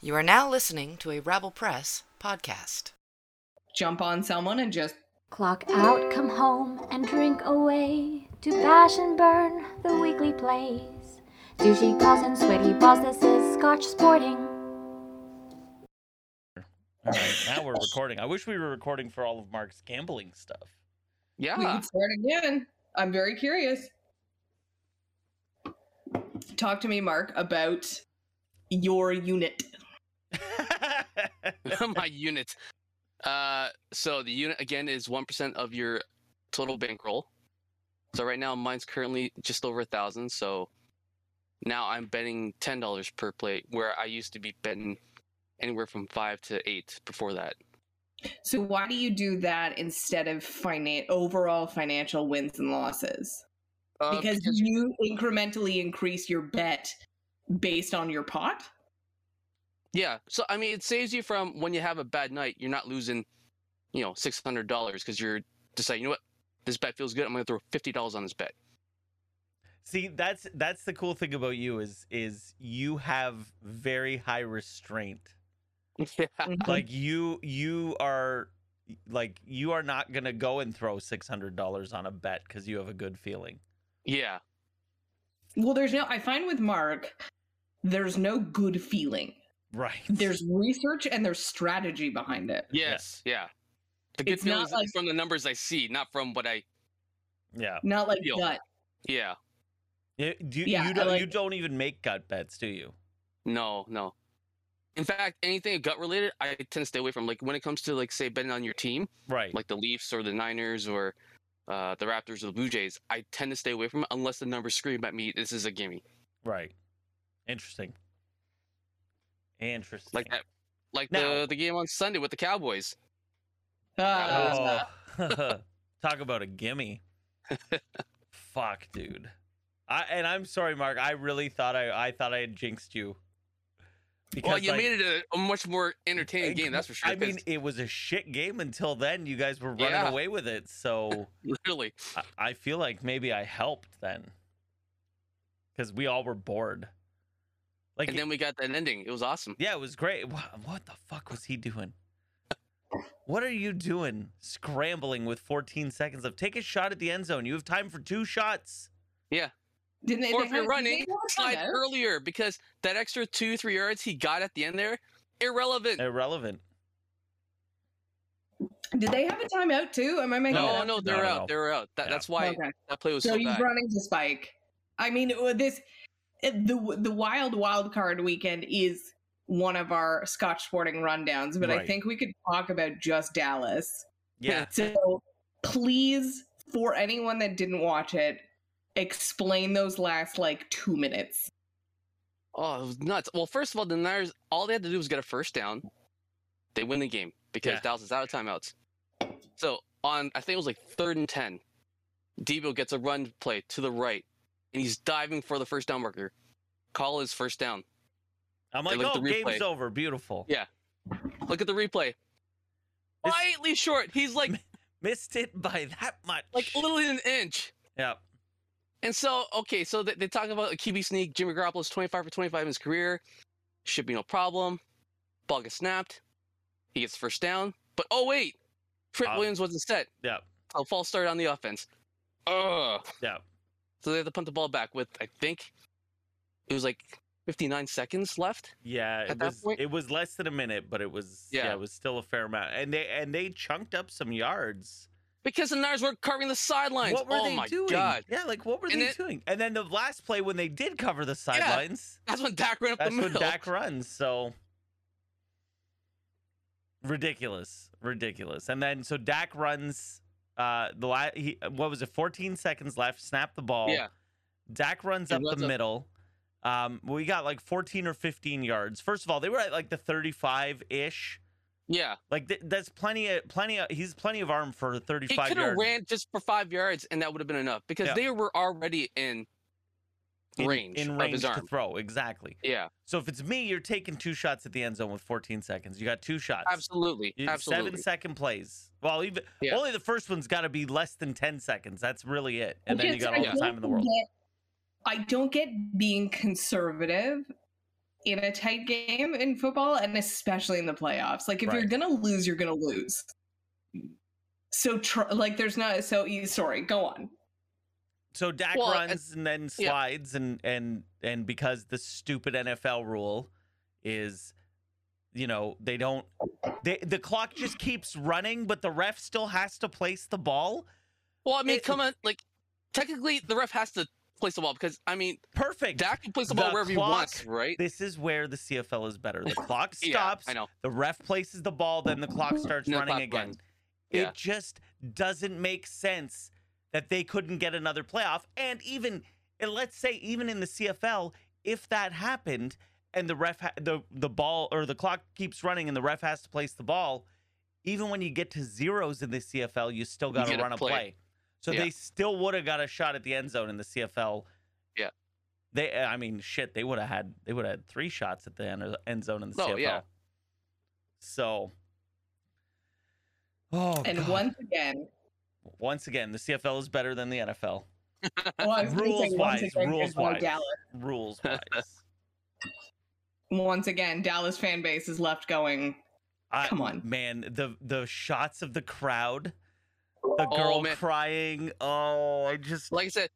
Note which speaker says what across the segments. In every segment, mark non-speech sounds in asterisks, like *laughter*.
Speaker 1: You are now listening to a Rabble Press podcast.
Speaker 2: jump on someone and just
Speaker 3: Clock out, come home, and drink away to bash and burn the weekly plays. Sushi calls and sweaty balls, this is Scotch Sporting.
Speaker 4: All *laughs* right, now we're recording. I wish we were recording for all of Mark's gambling stuff.
Speaker 5: Yeah.
Speaker 2: we can start again. I'm very curious. Talk to me, Mark, about your unit.
Speaker 5: *laughs* my unit. Uh, so the unit again is one percent of your total bankroll. So right now mine's currently just over a thousand. So now I'm betting ten dollars per plate, where I used to be betting anywhere from five to eight before that.
Speaker 2: So, why do you do that instead of finan- overall financial wins and losses?
Speaker 5: Uh,
Speaker 2: because, you incrementally increase your bet based on your pot.
Speaker 5: yeah, so I mean it saves you from when you have a bad night, you're not losing, you know, six hundred dollars because you're deciding, you know what, this bet feels good. I'm gonna throw fifty dollars on this bet.
Speaker 4: *laughs*
Speaker 5: *laughs*
Speaker 4: See, that's that's the cool thing about you is is you have very high restraint.
Speaker 2: Mm. Mm-hmm.
Speaker 4: Like you you are like you are not gonna go and throw six hundred dollars on a bet because you have a good feeling.
Speaker 5: yeah.
Speaker 2: Well, there's no, I find with Mark, there's no good feeling.
Speaker 4: Right.
Speaker 2: There's research and there's strategy behind it.
Speaker 5: Yes, yeah. The good
Speaker 2: It's not
Speaker 5: feelings
Speaker 2: like-
Speaker 5: from the numbers I see, not from what I.
Speaker 4: yeah.
Speaker 2: Not like
Speaker 5: Feel.
Speaker 2: gut.
Speaker 5: Yeah,
Speaker 4: Y- Do, you-
Speaker 2: Yeah, I
Speaker 4: you don't
Speaker 2: like-
Speaker 4: you don't even make gut bets, do you?
Speaker 5: no, no. In fact, anything gut related, I tend to stay away from. Like when it comes to like say betting on your team,
Speaker 4: Right.
Speaker 5: like the Leafs or the Niners or uh, the Raptors or the Blue Jays, I tend to stay away from it unless the numbers scream at me. This is a gimme,
Speaker 4: right. Interesting. Interesting.
Speaker 5: like that, like
Speaker 4: Now-
Speaker 5: the the game on Sunday with the Cowboys.
Speaker 2: Uh,
Speaker 4: Oh. Talk about a gimme. Fuck, dude. I and I'm sorry, Mark. I really thought I I thought I had jinxed you.
Speaker 5: well, you
Speaker 4: like,
Speaker 5: made it a, a much more entertaining
Speaker 4: I-
Speaker 5: game, that's for sure.
Speaker 4: I
Speaker 5: 'cause
Speaker 4: mean, it was a shit game until then. You guys were running
Speaker 5: Yeah.
Speaker 4: away with it,
Speaker 5: *laughs*
Speaker 4: so
Speaker 5: literally,
Speaker 4: I, I feel like maybe I helped then, because we all were bored. Like,
Speaker 5: and then we got that ending. It was awesome.
Speaker 4: yeah, it was great. Wha- What the fuck was he doing? What are you doing? Scrambling with 14 seconds left. Take a shot at the end zone. You have time for two shots.
Speaker 2: Didn't they,
Speaker 5: Or
Speaker 2: they
Speaker 5: if you're
Speaker 2: had-
Speaker 5: running,
Speaker 2: they had a
Speaker 5: slide
Speaker 2: timeout.
Speaker 5: earlier because that extra two, three yards he got at the end there, irrelevant.
Speaker 4: Irrelevant.
Speaker 5: *laughs*
Speaker 2: Did they have a timeout too? Am I making that
Speaker 5: No,
Speaker 2: up?
Speaker 5: no, they're
Speaker 4: no,
Speaker 5: out.
Speaker 4: no.
Speaker 5: They're out. That,
Speaker 4: Yeah.
Speaker 5: That's why
Speaker 2: Okay.
Speaker 5: that play was
Speaker 2: So,
Speaker 5: so,
Speaker 2: he's
Speaker 5: bad.
Speaker 2: running to Spike. I mean, uh, this it- the the wild wild card weekend is one of our Scotch sporting rundowns, but I
Speaker 4: Right.
Speaker 2: think we could talk about just Dallas.
Speaker 4: Yeah.
Speaker 2: So please, for anyone that didn't watch it, explain those last like two minutes.
Speaker 5: Oh, it was nuts. Well, first of all, the Niners, all they had to do was get a first down. They win the game because
Speaker 4: Yeah.
Speaker 5: Dallas is out of timeouts. So on, I think it was like third and ten, Debo gets a run play to the right, and he's diving for the first down marker. Call is first down.
Speaker 4: I'm like,
Speaker 5: look at
Speaker 4: oh,
Speaker 5: the
Speaker 4: game's
Speaker 5: replay.
Speaker 4: over. Beautiful.
Speaker 5: Yeah. Look at the replay.
Speaker 4: It's-
Speaker 5: Slightly short.
Speaker 4: *laughs*
Speaker 5: He's like
Speaker 4: Missed it by that much.
Speaker 5: like literally an inch.
Speaker 4: yeah.
Speaker 5: And so, okay, so they, they talk about a QB sneak. Jimmy Garoppolo's 25 for 25 in his career. Should be no problem. Ball gets snapped. He gets first down. But oh, wait. Trent
Speaker 4: Uh,
Speaker 5: Williams wasn't set.
Speaker 4: Yeah.
Speaker 5: A false start on the offense. Ugh.
Speaker 4: Yeah.
Speaker 5: So they have to punt the ball back with, I think, it was like 59 seconds left.
Speaker 4: Yeah. It
Speaker 5: At that
Speaker 4: was
Speaker 5: point-
Speaker 4: it was less than a minute, but it was yeah.
Speaker 5: Yeah.
Speaker 4: it was still a fair amount. And they and they chunked up some yards.
Speaker 5: Because the Niners were covering the sidelines.
Speaker 4: What were
Speaker 5: oh
Speaker 4: they
Speaker 5: my
Speaker 4: doing?
Speaker 5: God.
Speaker 4: Yeah, like what were
Speaker 5: And
Speaker 4: they
Speaker 5: it-
Speaker 4: doing? And then the last play when they did cover the sidelines,
Speaker 5: That's when Dak ran up
Speaker 4: that's
Speaker 5: the
Speaker 4: when
Speaker 5: middle.
Speaker 4: Dak runs. So ridiculous, ridiculous. And then so Dak runs. Uh, the la- he, what was it? 14 seconds left. Snap the ball.
Speaker 5: Yeah.
Speaker 4: Dak runs
Speaker 5: He
Speaker 4: up
Speaker 5: runs
Speaker 4: the
Speaker 5: up-
Speaker 4: middle. Um, we got like 14 or 15 yards. First of all, they were at like the 35 ish.
Speaker 5: *laughs* Yeah.
Speaker 4: Like th- that's plenty of plenty of he's plenty of arm for a
Speaker 5: He
Speaker 4: 35
Speaker 5: could have
Speaker 4: yard
Speaker 5: ran just for five yards, and that would have been enough because
Speaker 4: Yeah.
Speaker 5: they were already in
Speaker 4: in,
Speaker 5: range
Speaker 4: in
Speaker 5: of
Speaker 4: range
Speaker 5: his
Speaker 4: to
Speaker 5: arm.
Speaker 4: throw. Exactly.
Speaker 5: Yeah,
Speaker 4: So if it's me, you're taking two shots at the end zone with 14 seconds. You got two shots.
Speaker 5: absolutely,
Speaker 4: You-
Speaker 5: absolutely.
Speaker 4: Seven second plays. Well, even
Speaker 5: Yeah.
Speaker 4: only the first one's got to be less than 10 seconds. That's really it. And then you
Speaker 2: Because
Speaker 4: got
Speaker 2: I
Speaker 4: all the
Speaker 2: don't
Speaker 4: time in the world.
Speaker 2: get- I don't get being conservative in a tight game in football and especially in the playoffs. Like if
Speaker 4: Right.
Speaker 2: you're gonna lose, you're gonna lose. So tr- like there's not so e- sorry. Go on.
Speaker 4: So Dak
Speaker 5: Well, and-
Speaker 4: runs and then
Speaker 5: yeah.
Speaker 4: slides and and and because the stupid NFL rule is you know, they don't they, the clock just keeps running but the ref still has to place the ball.
Speaker 5: Well, I mean,
Speaker 4: It-
Speaker 5: come on, like technically the ref has to place the ball because I mean
Speaker 4: Perfect.
Speaker 5: Dak can place the,
Speaker 4: The
Speaker 5: ball wherever he wants,
Speaker 4: clock-
Speaker 5: right?
Speaker 4: this is where the CFL is better. The clock
Speaker 5: *laughs* Yeah,
Speaker 4: stops,
Speaker 5: I know.
Speaker 4: the ref places the ball, then the clock starts
Speaker 5: No,
Speaker 4: running
Speaker 5: clock
Speaker 4: again.
Speaker 5: runs. Yeah.
Speaker 4: It just doesn't make sense that they couldn't get another playoff. And even and let's say even in the CFL, if that happened and the ref ha- the the ball or the clock keeps running and the ref has to place the ball, even when you get to zeros in the CFL, you still got to
Speaker 5: get a
Speaker 4: run a play.
Speaker 5: play.
Speaker 4: So
Speaker 5: Yeah.
Speaker 4: they still would have got a shot at the end zone in the CFL.
Speaker 5: Yeah.
Speaker 4: They I mean shit, they would have had they would have had three shots at the end, uh, end zone in the
Speaker 5: Oh,
Speaker 4: CFL.
Speaker 5: yeah.
Speaker 4: So Oh,
Speaker 2: And
Speaker 4: God.
Speaker 2: once
Speaker 4: *laughs*
Speaker 2: again,
Speaker 4: Once again, the CFL is better than the NFL.
Speaker 2: well, I was gonna say
Speaker 4: Rules
Speaker 2: once
Speaker 4: wise,
Speaker 2: again,
Speaker 4: rules
Speaker 2: there's no
Speaker 4: wise,
Speaker 2: Dallas.
Speaker 4: rules
Speaker 5: *laughs*
Speaker 4: wise.
Speaker 2: Once again, Dallas fan base is left going.
Speaker 4: I-
Speaker 2: Come on.
Speaker 4: man. The the shots of the crowd, the girl
Speaker 5: Oh, man.
Speaker 4: crying. Oh, I just
Speaker 5: Like I said,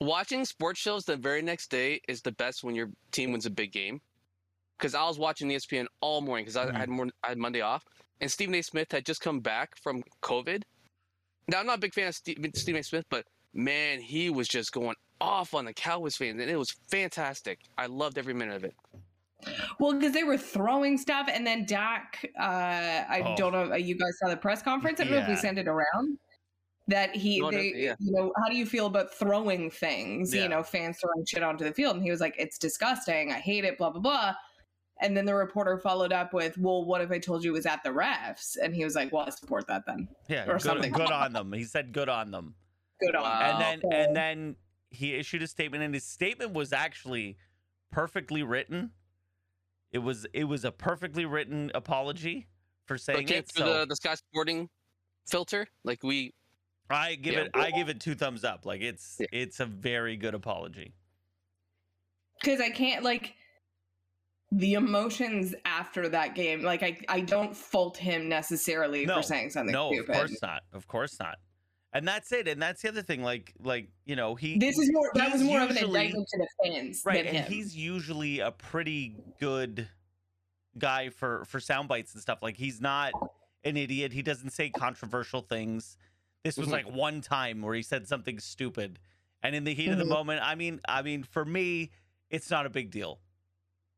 Speaker 5: watching sports shows the very next day is the best when your team wins a big game. Because I was watching E ESPN all morning because I,
Speaker 4: Mm.
Speaker 5: I had more, I had Monday off, and Stephen A. Smith had just come back from COVID. Now I'm not a big fan of Steve, Stephen A. Smith, but man, he was just going off on the Cowboys fans, and it was fantastic. I loved every minute of it.
Speaker 2: Well, because they were throwing stuff, and then Dak, uh, I
Speaker 4: Oh.
Speaker 2: don't know, uh, you guys saw the press conference. I don't know if we
Speaker 4: Yeah.
Speaker 2: sent it around. That he,
Speaker 5: No, I
Speaker 2: they,
Speaker 5: don't- yeah.
Speaker 2: you know, how do you feel about throwing things?
Speaker 4: Yeah.
Speaker 2: You know, fans throwing shit onto the field, and he was like, "It's disgusting. I hate it." Blah blah blah. And then the reporter followed up with, "Well, what if I told you it was at the refs?" And he was like, "Well, I support that then.
Speaker 4: yeah.
Speaker 2: or
Speaker 4: Good,
Speaker 2: something.
Speaker 4: good on them. He said good on
Speaker 5: *laughs*
Speaker 4: them.
Speaker 2: Good on."
Speaker 5: Wow.
Speaker 4: and then
Speaker 2: Okay.
Speaker 4: and then he issued a statement and his statement was actually perfectly written it was it was a perfectly written apology for
Speaker 5: But
Speaker 4: saying
Speaker 5: came
Speaker 4: it
Speaker 5: through
Speaker 4: so
Speaker 5: the, the Sky Sporting filter, like we
Speaker 4: i give
Speaker 5: yeah.
Speaker 4: it i give it two thumbs up like it's
Speaker 5: Yeah.
Speaker 4: it's a very good apology
Speaker 2: because I can't like the emotions after that game. Like I, I don't fault him necessarily
Speaker 4: No,
Speaker 2: for saying something
Speaker 4: no
Speaker 2: stupid.
Speaker 4: of course not of course not and that's it and that's the other thing like like you know he
Speaker 2: This is more. That was
Speaker 4: he's
Speaker 2: more of an
Speaker 4: usually-
Speaker 2: indictment to the fans
Speaker 4: right
Speaker 2: than
Speaker 4: and
Speaker 2: him.
Speaker 4: he's usually a pretty good guy for for sound bites and stuff like he's not an idiot he doesn't say controversial things this was
Speaker 5: Mhm.
Speaker 2: Mm-hmm.
Speaker 4: like one time where he said something stupid and in the heat of the
Speaker 2: Mhm.
Speaker 4: moment i mean i mean for me it's not a big deal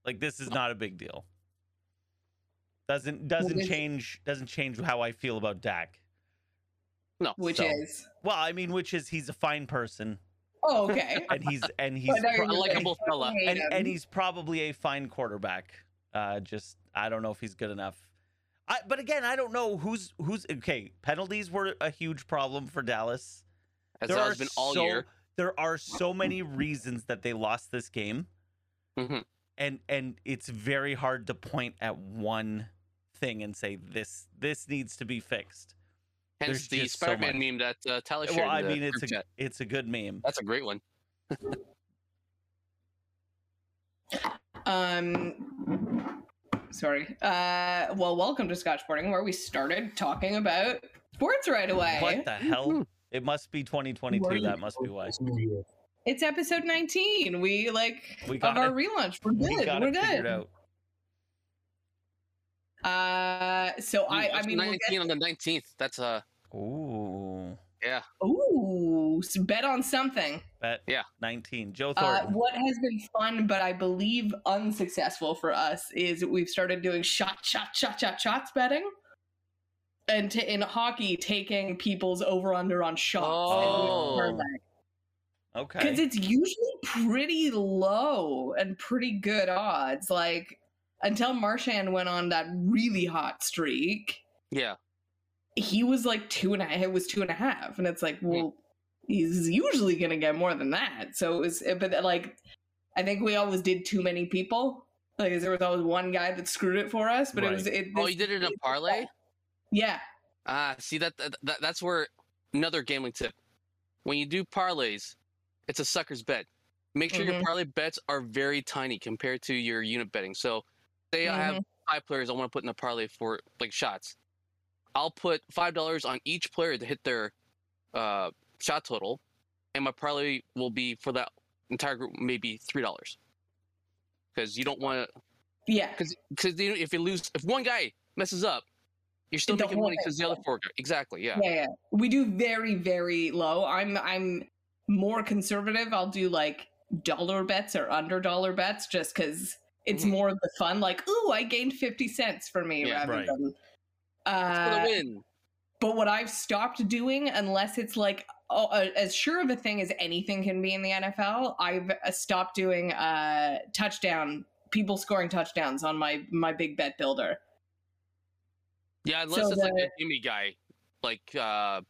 Speaker 4: like this is not a big deal doesn't doesn't
Speaker 2: is-
Speaker 4: change doesn't change how i feel about dak
Speaker 5: no.
Speaker 2: which
Speaker 4: so.
Speaker 2: is
Speaker 4: well i mean which is he's a fine person
Speaker 2: oh,
Speaker 4: *laughs*
Speaker 2: okay.
Speaker 4: and he's and he's
Speaker 2: *laughs* But now
Speaker 4: pro-
Speaker 2: you're
Speaker 5: a
Speaker 2: just
Speaker 5: likable
Speaker 2: like,
Speaker 5: fella.
Speaker 2: hate
Speaker 4: and,
Speaker 2: him.
Speaker 4: and he's probably a fine quarterback. Uh, just I don't know if he's good enough. I, but again, I don't know who's who's okay. Penalties were a huge problem for Dallas.
Speaker 5: As there has been all
Speaker 4: so,
Speaker 5: year.
Speaker 4: There are so many reasons that they lost this game,
Speaker 5: Mhm.
Speaker 4: and and it's very hard to point at one thing and say this this needs to be fixed.
Speaker 5: Hence
Speaker 4: there's
Speaker 5: the
Speaker 4: just so
Speaker 5: Spider-Man
Speaker 4: much.
Speaker 5: meme that uh, Tyler shared.
Speaker 4: Well,
Speaker 5: in
Speaker 4: I
Speaker 5: the
Speaker 4: mean it's a
Speaker 5: group chat.
Speaker 4: it's a good meme.
Speaker 5: that's a great one.
Speaker 2: um, sorry. Uh, well, welcome to Scotchboarding, where we started talking about sports right away.
Speaker 4: What the
Speaker 5: Mm-hmm.
Speaker 4: hell? It must be 2022. That must be why.
Speaker 2: It's episode nineteen. We like
Speaker 4: We
Speaker 2: of
Speaker 4: got
Speaker 2: our
Speaker 4: it.
Speaker 2: relaunch. We're
Speaker 4: We
Speaker 2: good.
Speaker 4: got
Speaker 2: We're
Speaker 4: it figured
Speaker 2: good.
Speaker 4: out.
Speaker 2: Uh, so
Speaker 5: Ooh,
Speaker 2: I, I
Speaker 5: that's
Speaker 2: mean, we'll
Speaker 5: 19 on the 19th. That's uh
Speaker 4: Ooh.
Speaker 2: get, ooh, s- bet on something.
Speaker 4: Bet
Speaker 5: Yeah.
Speaker 4: 19. Joe
Speaker 2: Uh,
Speaker 4: Thornton.
Speaker 2: what has been fun, but I believe unsuccessful for us, is we've started doing shot, shot, shot, shot, shots betting, and to, in hockey, taking people's over under on
Speaker 5: Oh.
Speaker 2: shots because
Speaker 4: okay.
Speaker 2: it's usually pretty low and pretty good odds. Like until Marchand went on that really hot streak,
Speaker 5: yeah.
Speaker 2: he was like two and a half. It was two and a half, and it's like,
Speaker 5: Mm.
Speaker 2: well, he's usually gonna get more than that. So it was, but like, I think we always did too many people. Like, there was always one guy that screwed it for us. But it was, it,
Speaker 5: Oh,
Speaker 2: this-
Speaker 5: you did
Speaker 2: *laughs*
Speaker 5: it in a parlay?
Speaker 2: yeah,
Speaker 5: Ah, see that, that that- that's where another gambling tip. When you do parlays, it's a sucker's bet. Make sure your
Speaker 2: Mhm.
Speaker 5: parlay bets are very tiny compared to your unit betting. So, say I have
Speaker 2: Mm-hmm.
Speaker 5: five players I want to put in a parlay for like shots. I'll put five dollars on each player to hit their uh, shot total, and my parlay will be for that entire group maybe three dollars. Because you don't want to.
Speaker 2: Yeah.
Speaker 5: Because if you lose, if one guy messes up, you're still
Speaker 2: The
Speaker 5: making
Speaker 2: whole
Speaker 5: money because the other
Speaker 2: thing.
Speaker 5: four. guy- Exactly. Yeah.
Speaker 2: yeah, yeah. We do very, very low. I'm I'm more conservative. I'll do like dollar bets or under dollar bets just because it's
Speaker 5: Mhm.
Speaker 2: more of the fun. Like, ooh, I gained fifty cents for me
Speaker 5: Yeah,
Speaker 2: rather
Speaker 4: right.
Speaker 2: than.
Speaker 5: For the
Speaker 2: Uh,
Speaker 5: win.
Speaker 2: but what I've stopped doing, unless it's like oh, a- as sure of a thing as anything can be in the NFL, I've uh, stopped doing uh, touchdown people scoring touchdowns on my my big bet builder.
Speaker 5: Yeah, unless
Speaker 2: So
Speaker 5: it's like
Speaker 2: the-
Speaker 5: a gimme guy, like uh,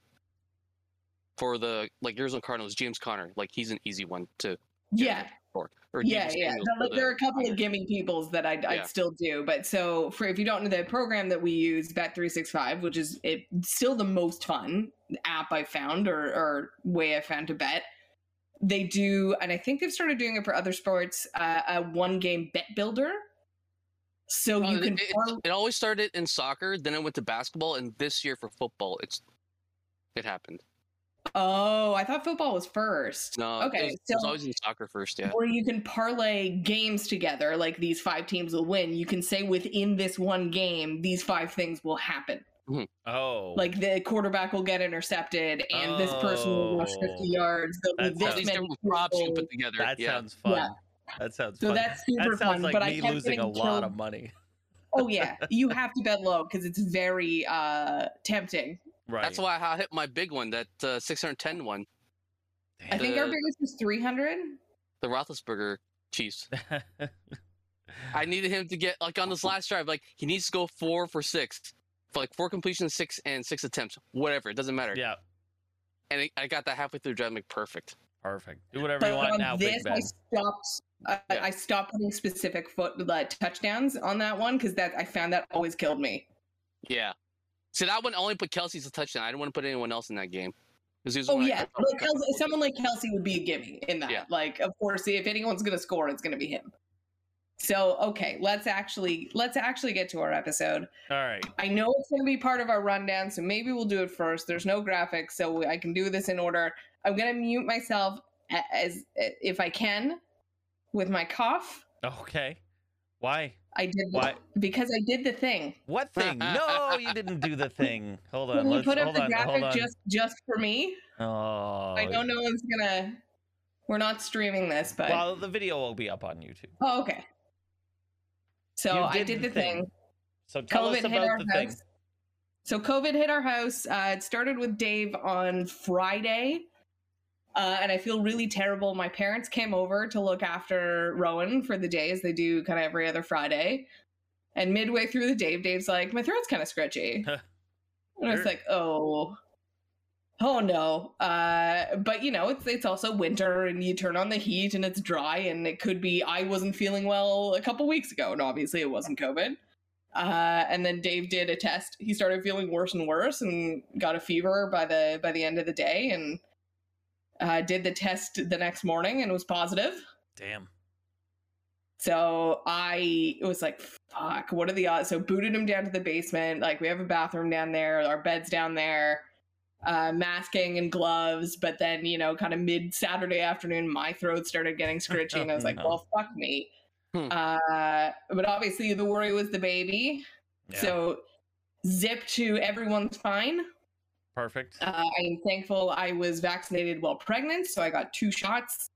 Speaker 5: for the like Arizona Cardinals, James Conner. Like he's an easy one to. get
Speaker 2: Yeah,
Speaker 5: for. Or
Speaker 2: yeah,
Speaker 5: Deebo
Speaker 2: yeah.
Speaker 5: Samuel
Speaker 2: There,
Speaker 5: for
Speaker 2: there
Speaker 5: the
Speaker 2: are a couple
Speaker 5: Niners.
Speaker 2: of gimme peoples that I'd,
Speaker 5: Yeah.
Speaker 2: I'd still do, but so for if you don't know the program that we use, Bet three six five, which is it, still the most fun app I found or, or way I found to bet. They do, and I think they've started doing it for other sports. Uh, a one game bet builder, so
Speaker 5: Oh,
Speaker 2: you
Speaker 5: it-
Speaker 2: can
Speaker 5: it, it's-
Speaker 2: farm-
Speaker 5: it always started in soccer, then it went to basketball, and this year for football, it's it happened.
Speaker 2: Oh, I thought football was first.
Speaker 5: No,
Speaker 2: okay,
Speaker 5: it was, it
Speaker 2: so
Speaker 5: was always in soccer first. Yeah,
Speaker 2: where you can parlay games together, like these five teams will win. You can say within this one game, these five things will happen.
Speaker 4: Oh,
Speaker 2: Like the quarterback will get intercepted, and this person will rush
Speaker 4: Oh.
Speaker 2: fifty yards. There'll
Speaker 4: That's
Speaker 2: be
Speaker 5: all
Speaker 2: this
Speaker 5: these
Speaker 2: many
Speaker 5: different props you can
Speaker 2: people.
Speaker 5: put together.
Speaker 4: that
Speaker 5: yeah,
Speaker 4: sounds fun.
Speaker 2: Yeah.
Speaker 4: That sounds
Speaker 2: So
Speaker 4: fun.
Speaker 2: that's super
Speaker 4: that sounds
Speaker 2: fun.
Speaker 4: like
Speaker 2: but
Speaker 4: me
Speaker 2: I kept
Speaker 4: losing a
Speaker 2: getting
Speaker 4: lot
Speaker 2: killed.
Speaker 4: of money.
Speaker 2: Oh yeah, you have to bet low because it's very uh tempting.
Speaker 4: Right.
Speaker 5: *laughs*
Speaker 4: *laughs*
Speaker 5: that's why I hit my big one, that uh, 610 one,
Speaker 2: I think our
Speaker 5: The-
Speaker 2: biggest was three hundred.
Speaker 5: the Roethlisberger Chiefs. I
Speaker 4: *sighs* I
Speaker 5: needed him to get like on this last drive, like he needs to go four for six, for like four completions, six and six attempts, whatever. It doesn't matter.
Speaker 4: *laughs* yeah,
Speaker 5: And I I got that halfway through drive, like perfect.
Speaker 4: perfect. Do whatever
Speaker 2: But
Speaker 4: you want
Speaker 2: on
Speaker 4: now, Big
Speaker 2: this,
Speaker 4: Ben.
Speaker 2: I stopped. I,
Speaker 5: Yeah.
Speaker 2: I stopped putting specific foot uh, touchdowns on that one because that I found that always killed me.
Speaker 5: Yeah. So that one only put Kelsey's a touchdown. I didn't want to put anyone else in that game. 'Cause he was the
Speaker 2: Oh
Speaker 5: one I
Speaker 2: yeah,
Speaker 5: kept on-
Speaker 2: like Kelsey, someone like Kelsey would be a gimme in that.
Speaker 5: Yeah.
Speaker 2: Like, of course, if anyone's gonna score, it's gonna be him. So okay, let's actually let's actually get to our episode.
Speaker 4: All right.
Speaker 2: I know it's gonna be part of our rundown, so maybe we'll do it first. There's no graphics, so I can do this in order. I'm gonna mute myself a- as if I can with my cough.
Speaker 4: Okay. Why?
Speaker 2: I did
Speaker 4: Why?
Speaker 2: because I did the thing.
Speaker 5: *laughs*
Speaker 4: What thing? No, you didn't do the thing. Hold on.
Speaker 2: Can we
Speaker 4: Let's
Speaker 2: put up
Speaker 4: hold
Speaker 2: the
Speaker 4: on. Hold
Speaker 2: graphic
Speaker 4: on.
Speaker 2: just just for me?
Speaker 4: Oh.
Speaker 2: I know no one's gonna. We're not streaming this, but
Speaker 4: Well, the video will be up on YouTube.
Speaker 2: oh, okay. So
Speaker 4: You
Speaker 2: I did the thing.
Speaker 4: So tell us about the thing.
Speaker 2: So COVID hit our house. Uh, it started with Dave on Friday. Uh, and I feel really terrible. My parents came over to look after Rowan for the day, as they do kind of every other Friday. And midway through the day, Dave's like, "My throat's kind of scratchy," and I was
Speaker 4: Sure.
Speaker 2: like, "Oh, oh no!" Uh, but you know, it's it's also winter, and you turn on the heat, and it's dry, and it could be I wasn't feeling well a couple weeks ago, and obviously it wasn't COVID. Uh, and then Dave did a test. He started feeling worse and worse, and got a fever by the by the end of the day, and uh, did the test the next morning and was positive.
Speaker 4: Damn.
Speaker 2: So I was like, fuck, what are the odds? So booted him down to the basement. Like we have a bathroom down there, our bed's down there, uh, masking and gloves. But then, you know, kind of mid Saturday afternoon, my throat started getting scritchy and I was
Speaker 4: *laughs*
Speaker 2: like,
Speaker 4: Oh, No.
Speaker 2: well, fuck me.
Speaker 5: Hmm.
Speaker 2: Uh, but obviously the worry was the baby.
Speaker 4: Yeah.
Speaker 2: So zip to everyone's fine.
Speaker 4: perfect.
Speaker 2: Uh, I'm thankful I was vaccinated while pregnant, so I got two shots.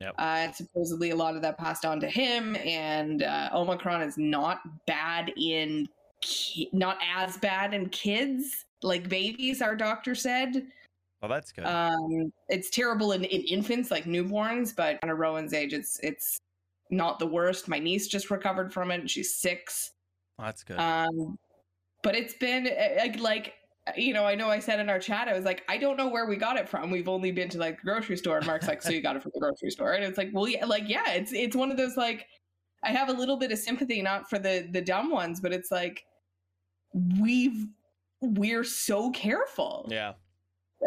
Speaker 4: Yep.
Speaker 2: Uh, and supposedly, a lot of that passed on to him. And uh, Omicron is not bad in, ki- not as bad in kids like babies. Our doctor said
Speaker 4: well, that's good.
Speaker 2: um, it's terrible in, in infants like newborns, but on a Rowan's age, it's it's not the worst. My niece just recovered from it; and she's six.
Speaker 4: that's good.
Speaker 2: Um, but it's been uh, like, like you know, I know I said in our chat, I was like, I don't know where we got it from. We've only been to like the grocery store, and Mark's like, so you got it from the grocery store, and it's like, well, yeah, like yeah, it's it's one of those like, I have a little bit of sympathy, not for the the dumb ones, but it's like, we've we're so careful
Speaker 4: yeah.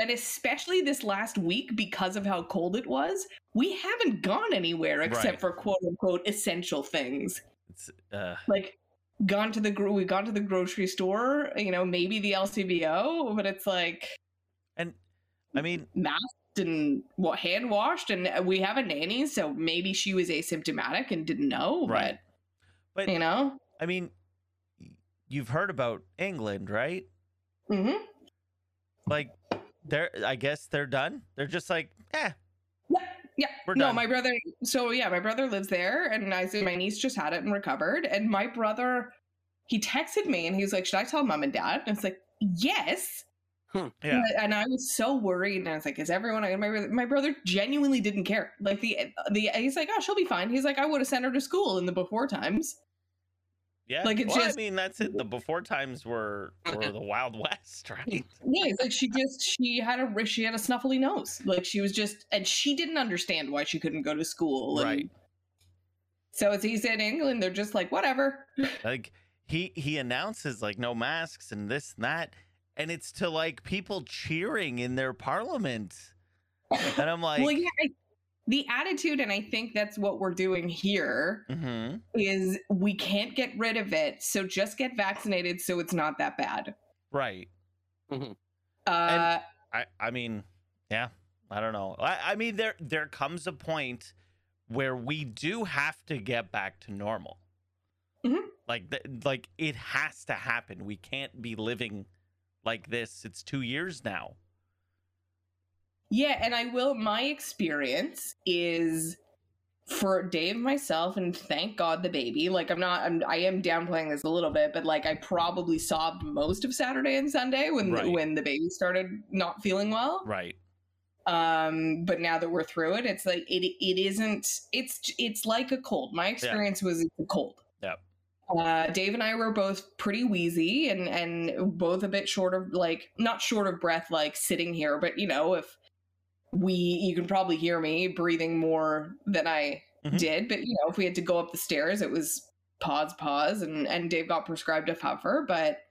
Speaker 2: and especially this last week because of how cold it was, we haven't gone anywhere except
Speaker 4: Right.
Speaker 2: for quote unquote essential things.
Speaker 4: It's uh
Speaker 2: Like gone to the gro- we gone to the grocery store, you know, maybe the LCBO, but it's like
Speaker 4: and I mean
Speaker 2: masked and what hand washed and we have a nanny so maybe she was asymptomatic and didn't know
Speaker 4: Right.
Speaker 2: but
Speaker 4: But
Speaker 2: you know
Speaker 4: I mean y- you've heard about England, right?
Speaker 2: hmm
Speaker 4: Like they're I guess they're done. They're just like, eh,
Speaker 2: yeah yeah
Speaker 4: We're
Speaker 2: no
Speaker 4: done.
Speaker 2: my brother so yeah my brother lives there and i said my niece just had it and recovered and my brother he texted me and he was like should i tell mom and dad and it's like yes
Speaker 4: yeah.
Speaker 2: and i was so worried and i was like is everyone and my, brother- my brother genuinely didn't care like the the he's like oh she'll be fine he's like i would have sent her to school in the before times
Speaker 4: Yeah.
Speaker 2: Like, it's
Speaker 4: well,
Speaker 2: just-
Speaker 4: I mean, that's it. The before times were were the Wild *laughs* West, right?
Speaker 2: Yeah, it's like she just she had a she had a snuffly nose. Like she was just and she didn't understand why she couldn't go to school. and-
Speaker 4: Right.
Speaker 2: So as he said in England, they're just like, whatever.
Speaker 4: Like he he announces like no masks and this and that, and it's to like people cheering in their parliament, and I'm like,
Speaker 2: well, yeah, I, the attitude, and I think that's what we're doing here
Speaker 4: hmm
Speaker 2: is we can't get rid of it, so just get vaccinated, so it's not that bad.
Speaker 4: right.
Speaker 2: Uh,
Speaker 4: I I mean, yeah, I don't know. I, I mean, there there comes a point where we do have to get back to normal.
Speaker 2: Mhm.
Speaker 4: Like th- like it has to happen. We can't be living like this. It's two years now.
Speaker 2: Yeah, and I will. My experience is for Dave, myself, and thank God the baby. Like I'm not, I'm, I am downplaying this a little bit, but like I probably sobbed most of Saturday and Sunday when
Speaker 4: Right.
Speaker 2: the, when the baby started not feeling well.
Speaker 4: Right.
Speaker 2: Um, but now that we're through it, it's like it it isn't. It's it's like a cold. My experience was it's a cold.
Speaker 4: Yep.
Speaker 2: Uh, Dave and I were both pretty wheezy and and both a bit short of like not short of breath like sitting here, but you know if we you can probably hear me breathing more than I
Speaker 4: Mhm.
Speaker 2: did, but you know if we had to go up the stairs, it was pause pause and and Dave got prescribed a puffer, but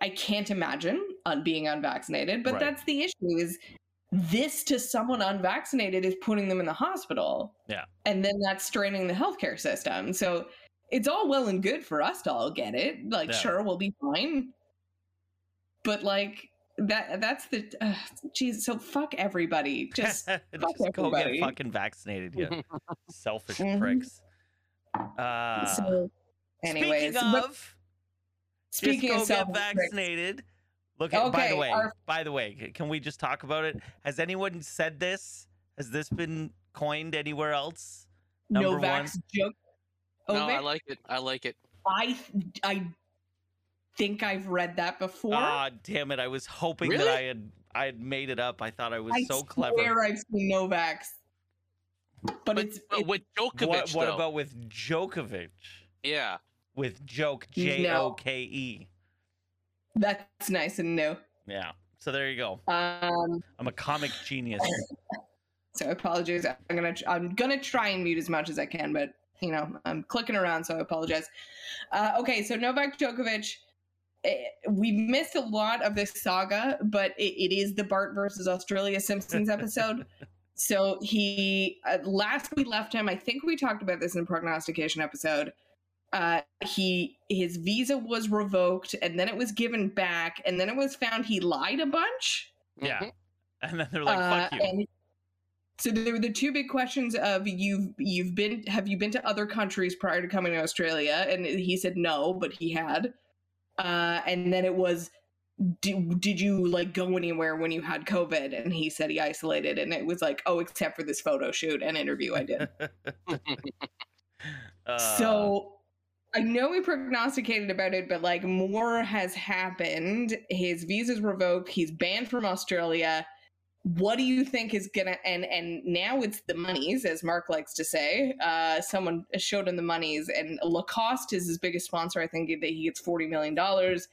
Speaker 2: I can't imagine on being unvaccinated. But
Speaker 4: Right.
Speaker 2: that's the issue is this to someone unvaccinated is putting them in the hospital.
Speaker 4: Yeah.
Speaker 2: And then that's straining the healthcare system. So it's all well and good for us to all get it. Like,
Speaker 4: Yeah.
Speaker 2: sure, we'll be fine. But like that that's the uh, geez, so fuck everybody. *laughs*
Speaker 4: *laughs*
Speaker 2: Just
Speaker 4: Just go get
Speaker 2: everybody.
Speaker 4: fucking vaccinated, you
Speaker 5: Mm-hmm.
Speaker 4: selfish
Speaker 2: Mhm.
Speaker 4: pricks. Uh,
Speaker 2: so anyways.
Speaker 4: speaking
Speaker 2: but
Speaker 4: of,
Speaker 2: speaking
Speaker 4: just go
Speaker 2: of self-
Speaker 4: get vaccinated. Look at by the
Speaker 2: Okay,
Speaker 4: way,
Speaker 2: our-
Speaker 4: by the way, c- can we just talk about it? Has anyone said this? Has this been coined anywhere else?
Speaker 2: no
Speaker 4: number one.
Speaker 2: vax joke.
Speaker 5: No, I
Speaker 2: Ovic?
Speaker 5: like it. I like it.
Speaker 2: I th- I think I've read that before.
Speaker 4: Ah, damn it! I was hoping
Speaker 5: Really?
Speaker 4: that I had I had made it up. I thought I was
Speaker 2: I
Speaker 4: so clever.
Speaker 2: swear I've seen Novak's, but,
Speaker 5: But
Speaker 2: it's,
Speaker 5: but
Speaker 2: it's
Speaker 5: with Djokovic,
Speaker 4: What, what
Speaker 5: though.
Speaker 4: about with Djokovic?
Speaker 5: Yeah.
Speaker 4: With joke
Speaker 2: No.
Speaker 4: J O K E.
Speaker 2: that's nice and new.
Speaker 4: Yeah. So there you go.
Speaker 2: Um,
Speaker 4: I'm a comic
Speaker 2: *laughs*
Speaker 4: genius.
Speaker 2: so apologies. I'm gonna tr- I'm gonna try and mute as much as I can, but you know I'm clicking around, so I apologize. Uh, okay, so Novak Djokovic. eh, We missed a lot of this saga, but it, it is the Bart versus Australia Simpsons episode. So he uh, last we left him. I think we talked about this in the prognostication episode. Uh, he his visa was revoked, and then it was given back, and then it was found he lied a bunch.
Speaker 4: Yeah.
Speaker 5: Mhm.
Speaker 4: *laughs* And then they're like, "Fuck
Speaker 2: Uh,
Speaker 4: you."
Speaker 2: and- so there were the two big questions of you've you've been have you been to other countries prior to coming to Australia? And he said no, but he had. Uh, and then it was did, did you like go anywhere when you had COVID? And he said he isolated, and it was like oh, except for this photo shoot and interview I did.
Speaker 4: *laughs*
Speaker 5: Mm-hmm. *laughs*
Speaker 4: Uh,
Speaker 2: so I know we prognosticated about it, but like more has happened. His visa's revoked. He's banned from Australia. What do you think is gonna and and now it's the monies, as Mark likes to say. Uh, someone showed him the monies, and Lacoste is his biggest sponsor. I think that he gets forty million dollars.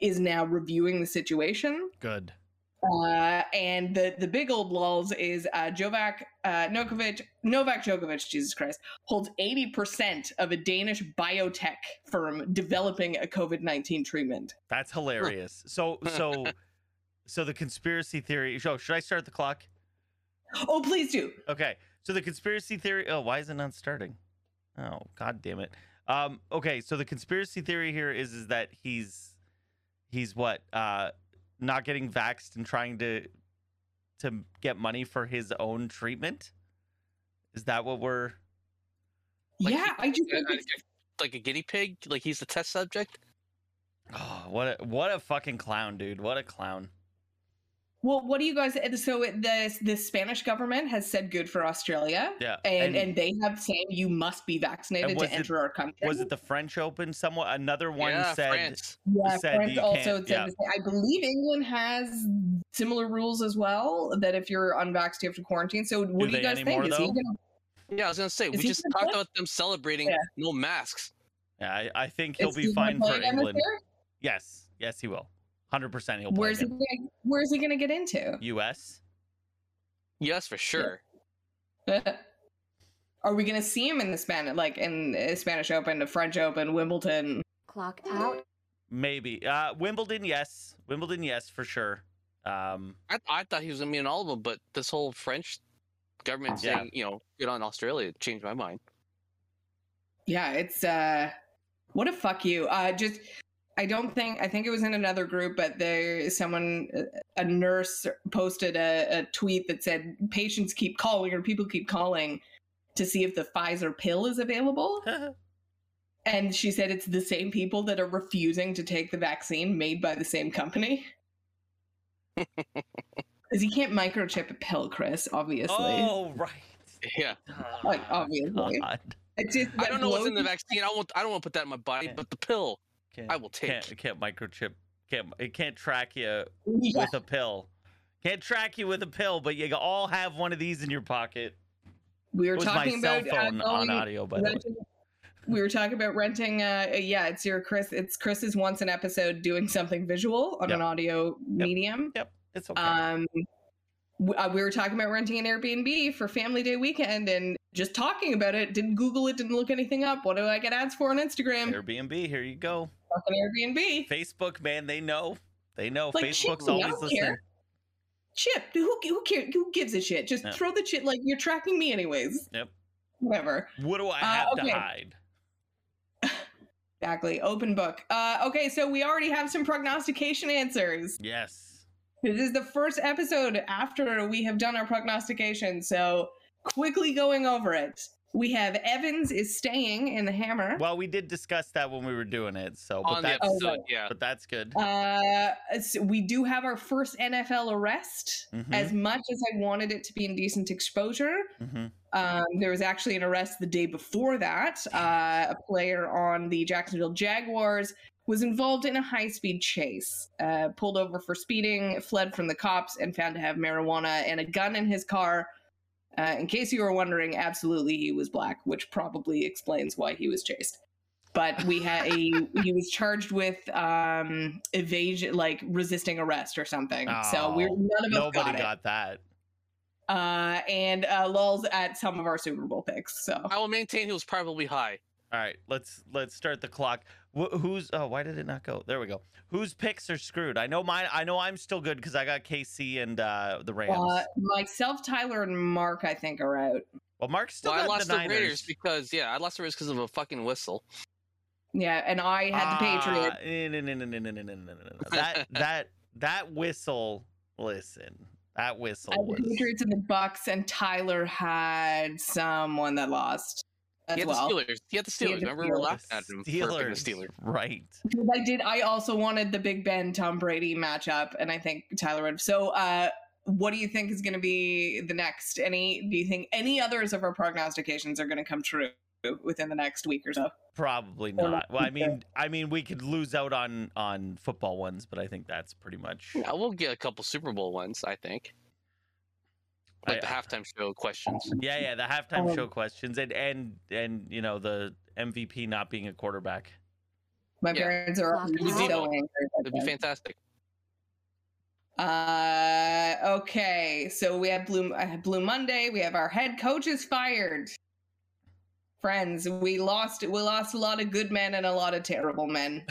Speaker 2: Is now reviewing the situation.
Speaker 4: good.
Speaker 2: Uh, and the the big old lulls is uh, Jovac uh, Nokovic, Novak Djokovic, Jesus Christ, holds 80% of a Danish biotech firm developing a COVID 19 treatment.
Speaker 5: *laughs*
Speaker 4: That's hilarious. So so So the conspiracy theory. Oh, should I start the clock?
Speaker 2: Oh, please do.
Speaker 4: Okay. So the conspiracy theory. Oh, why is it not starting? Oh, god damn it. Um, okay. So the conspiracy theory here is is that he's he's what uh, not getting vaxxed and trying to to get money for his own treatment. Is that what we're?
Speaker 5: Like,
Speaker 2: yeah, I just think
Speaker 5: like,
Speaker 2: it's
Speaker 5: a- like a guinea pig? Like he's the test subject?
Speaker 4: Oh, what a what a fucking clown, dude! What a clown.
Speaker 2: Well, what do you guys? and So it- the the Spanish government has said good for Australia,
Speaker 4: Yeah.
Speaker 2: and and, they have said you must be vaccinated
Speaker 4: And was
Speaker 2: to
Speaker 4: it-
Speaker 2: enter our country.
Speaker 4: was it the French Open? Someone another one
Speaker 5: yeah,
Speaker 4: said.
Speaker 5: France.
Speaker 2: yeah,
Speaker 4: said
Speaker 2: France
Speaker 4: you
Speaker 2: also
Speaker 4: can't-
Speaker 2: said.
Speaker 4: yeah.
Speaker 2: the same. I believe England has similar rules as well that if you're unvaxxed, you have to quarantine. So what do,
Speaker 4: they
Speaker 2: you guys
Speaker 4: anymore,
Speaker 2: think? Is he
Speaker 4: though?
Speaker 2: gonna-
Speaker 5: Yeah, I was gonna say, we
Speaker 2: Is he
Speaker 5: just
Speaker 2: gonna
Speaker 5: talked
Speaker 2: play?
Speaker 5: about them celebrating
Speaker 2: Yeah.
Speaker 5: no masks.
Speaker 4: Yeah, I, I think he'll
Speaker 2: is
Speaker 4: be
Speaker 2: he gonna
Speaker 4: fine
Speaker 2: play
Speaker 4: for
Speaker 2: again this
Speaker 4: England.
Speaker 2: year?
Speaker 4: Yes, yes, he will. Hundred percent, he'll play.
Speaker 2: Where's he?
Speaker 4: Again.
Speaker 2: Gonna, where's he going to get into? *laughs*
Speaker 4: U.S.
Speaker 5: Yes, for sure.
Speaker 2: Are we going to see him in the Spanish like in the Spanish Open, the French Open, Wimbledon?
Speaker 3: Clock out.
Speaker 4: Maybe uh, Wimbledon. Yes, Wimbledon. Yes, for sure. Um, *laughs*
Speaker 5: I, I thought he was gonna be in all of them, but this whole French government
Speaker 4: Yeah.
Speaker 5: saying, you know, get on Australia changed my mind. *laughs*
Speaker 2: Yeah, it's uh what a fuck you. Uh just I don't think I think it was in another group, but there someone uh, a nurse posted a, a tweet that said patients keep calling or people keep calling to see if the Pfizer pill is available. And she said it's the same people that are refusing to take the vaccine made by the same
Speaker 5: *laughs*
Speaker 2: company. Because you can't microchip a pill, Chris, obviously.
Speaker 4: oh right. Ah,
Speaker 5: Yeah.
Speaker 2: *laughs* Like, obviously.
Speaker 4: God.
Speaker 2: It's just-
Speaker 5: I
Speaker 2: that
Speaker 5: don't know what's in the
Speaker 2: blows-
Speaker 5: vaccine. I won't I don't wanna put that in my body,
Speaker 4: Yeah.
Speaker 5: but the pill
Speaker 4: Can't,
Speaker 5: I will take.
Speaker 4: Can't, can't microchip. Can't it can't track you
Speaker 2: Yeah.
Speaker 4: with a pill. Can't track you with a pill, but you all have one of these in your pocket.
Speaker 2: We were
Speaker 4: it was my
Speaker 2: talking
Speaker 4: cell
Speaker 2: about uh,
Speaker 4: phone on
Speaker 2: going-
Speaker 4: audio, by the way.
Speaker 2: renting- we were talking about renting. Uh, yeah, it's your Chris. It's Chris's once an episode doing something visual on
Speaker 4: Yep.
Speaker 2: an audio medium.
Speaker 4: Yep, it's okay.
Speaker 2: Um, we, uh, we were talking about renting an Airbnb for Family Day weekend, and just talking about it. Didn't Google it. Didn't look anything up. What do I get ads for on Instagram?
Speaker 4: Airbnb, here you go.
Speaker 2: Fucking Airbnb.
Speaker 4: Facebook, man, they know. They know.
Speaker 2: Like, shit,
Speaker 4: Facebook's
Speaker 2: we
Speaker 4: always
Speaker 2: don't
Speaker 4: listening.
Speaker 2: care. Chip, who who cares? Who gives a shit? Just
Speaker 4: Yeah.
Speaker 2: throw the shit. Like you're tracking me anyways.
Speaker 4: Yep.
Speaker 2: Whatever.
Speaker 4: What do I
Speaker 2: Uh,
Speaker 4: have
Speaker 2: okay.
Speaker 4: to hide?
Speaker 2: Exactly. Open book. Uh, okay, so we already have some prognostication answers.
Speaker 4: Yes.
Speaker 2: This is the first episode after we have done our prognostication. So quickly going over it. We have Evans is staying in the hammer.
Speaker 4: Well, we did discuss that when we were doing it, so but
Speaker 5: on the
Speaker 4: that's
Speaker 2: Oh,
Speaker 5: episode.
Speaker 2: right.
Speaker 5: Yeah.
Speaker 4: but that's good.
Speaker 2: Uh, so we do have our first NFL arrest.
Speaker 4: Mhm,
Speaker 2: As much as I wanted it to be indecent exposure,
Speaker 4: mhm.
Speaker 2: Um, there was actually an arrest the day before that. Uh, a player on the Jacksonville Jaguars was involved in a high speed chase, uh, pulled over for speeding, fled from the cops, and found to have marijuana and a gun in his car. Uh, in case you were wondering, absolutely he was black, which probably explains why he was chased. But we had a he was charged with um, evasion, like resisting arrest or something. so we
Speaker 4: Oh,
Speaker 2: none of us
Speaker 4: Nobody
Speaker 2: got it
Speaker 4: got, that.
Speaker 2: uh, and uh, lulls at some of our Super Bowl picks. So
Speaker 5: I will maintain he was probably high.
Speaker 4: All right, let's let's start the clock. Wh- who's oh why did it not go? There we go. Whose picks are screwed? I know mine. I know I'm still good because I got KC and uh the Rams.
Speaker 2: uh, myself, Tyler, and Mark, I think, are out.
Speaker 4: well, Mark's still
Speaker 5: Well, I
Speaker 4: got
Speaker 5: lost
Speaker 4: the
Speaker 5: the,
Speaker 4: Niners.
Speaker 5: Raiders because yeah, I lost the Raiders because of a fucking whistle.
Speaker 2: Yeah, and I had the Patriot.
Speaker 4: Ah, eh, no, no, no, no, no, no, no, no, no, no.
Speaker 5: *laughs*
Speaker 4: That that that whistle. Listen, that whistle.
Speaker 2: I
Speaker 5: Ah,
Speaker 2: had
Speaker 4: was-
Speaker 2: the Patriots and the Bucks, and Tyler had someone that lost as
Speaker 5: He had
Speaker 2: well.
Speaker 5: the Steelers. He had the
Speaker 2: He
Speaker 5: Steelers.
Speaker 2: had the
Speaker 5: Remember we were
Speaker 2: Steelers.
Speaker 5: laughing at him for picking the Steelers.
Speaker 4: right?
Speaker 2: Because I did. I also wanted the Big Ben Tom Brady matchup, and I think Tyler would. So, uh, what do you think is going to be the next? Any? Do you think any others of our prognostications are going to come true within the next week or so?
Speaker 4: Probably
Speaker 2: Well,
Speaker 4: not. Well, I
Speaker 2: Oh, okay.
Speaker 4: mean, I mean, we could lose out on on football ones, but I think that's pretty much.
Speaker 5: I will get a couple Super Bowl ones, I think.
Speaker 4: I-
Speaker 5: Like the halftime show questions.
Speaker 4: yeah, yeah. The halftime
Speaker 2: Um,
Speaker 4: show questions and and and you know the MVP not being a quarterback.
Speaker 2: My
Speaker 5: Yeah.
Speaker 2: parents are
Speaker 3: Lock it
Speaker 2: already
Speaker 5: up.
Speaker 2: so angry. at
Speaker 5: It'd be
Speaker 2: that.
Speaker 5: fantastic.
Speaker 2: Uh, okay. So we have Blue uh, Blue Monday. We have our head coaches fired. Friends, we
Speaker 5: *laughs*
Speaker 2: lost. We lost a lot of good men and a lot of terrible men.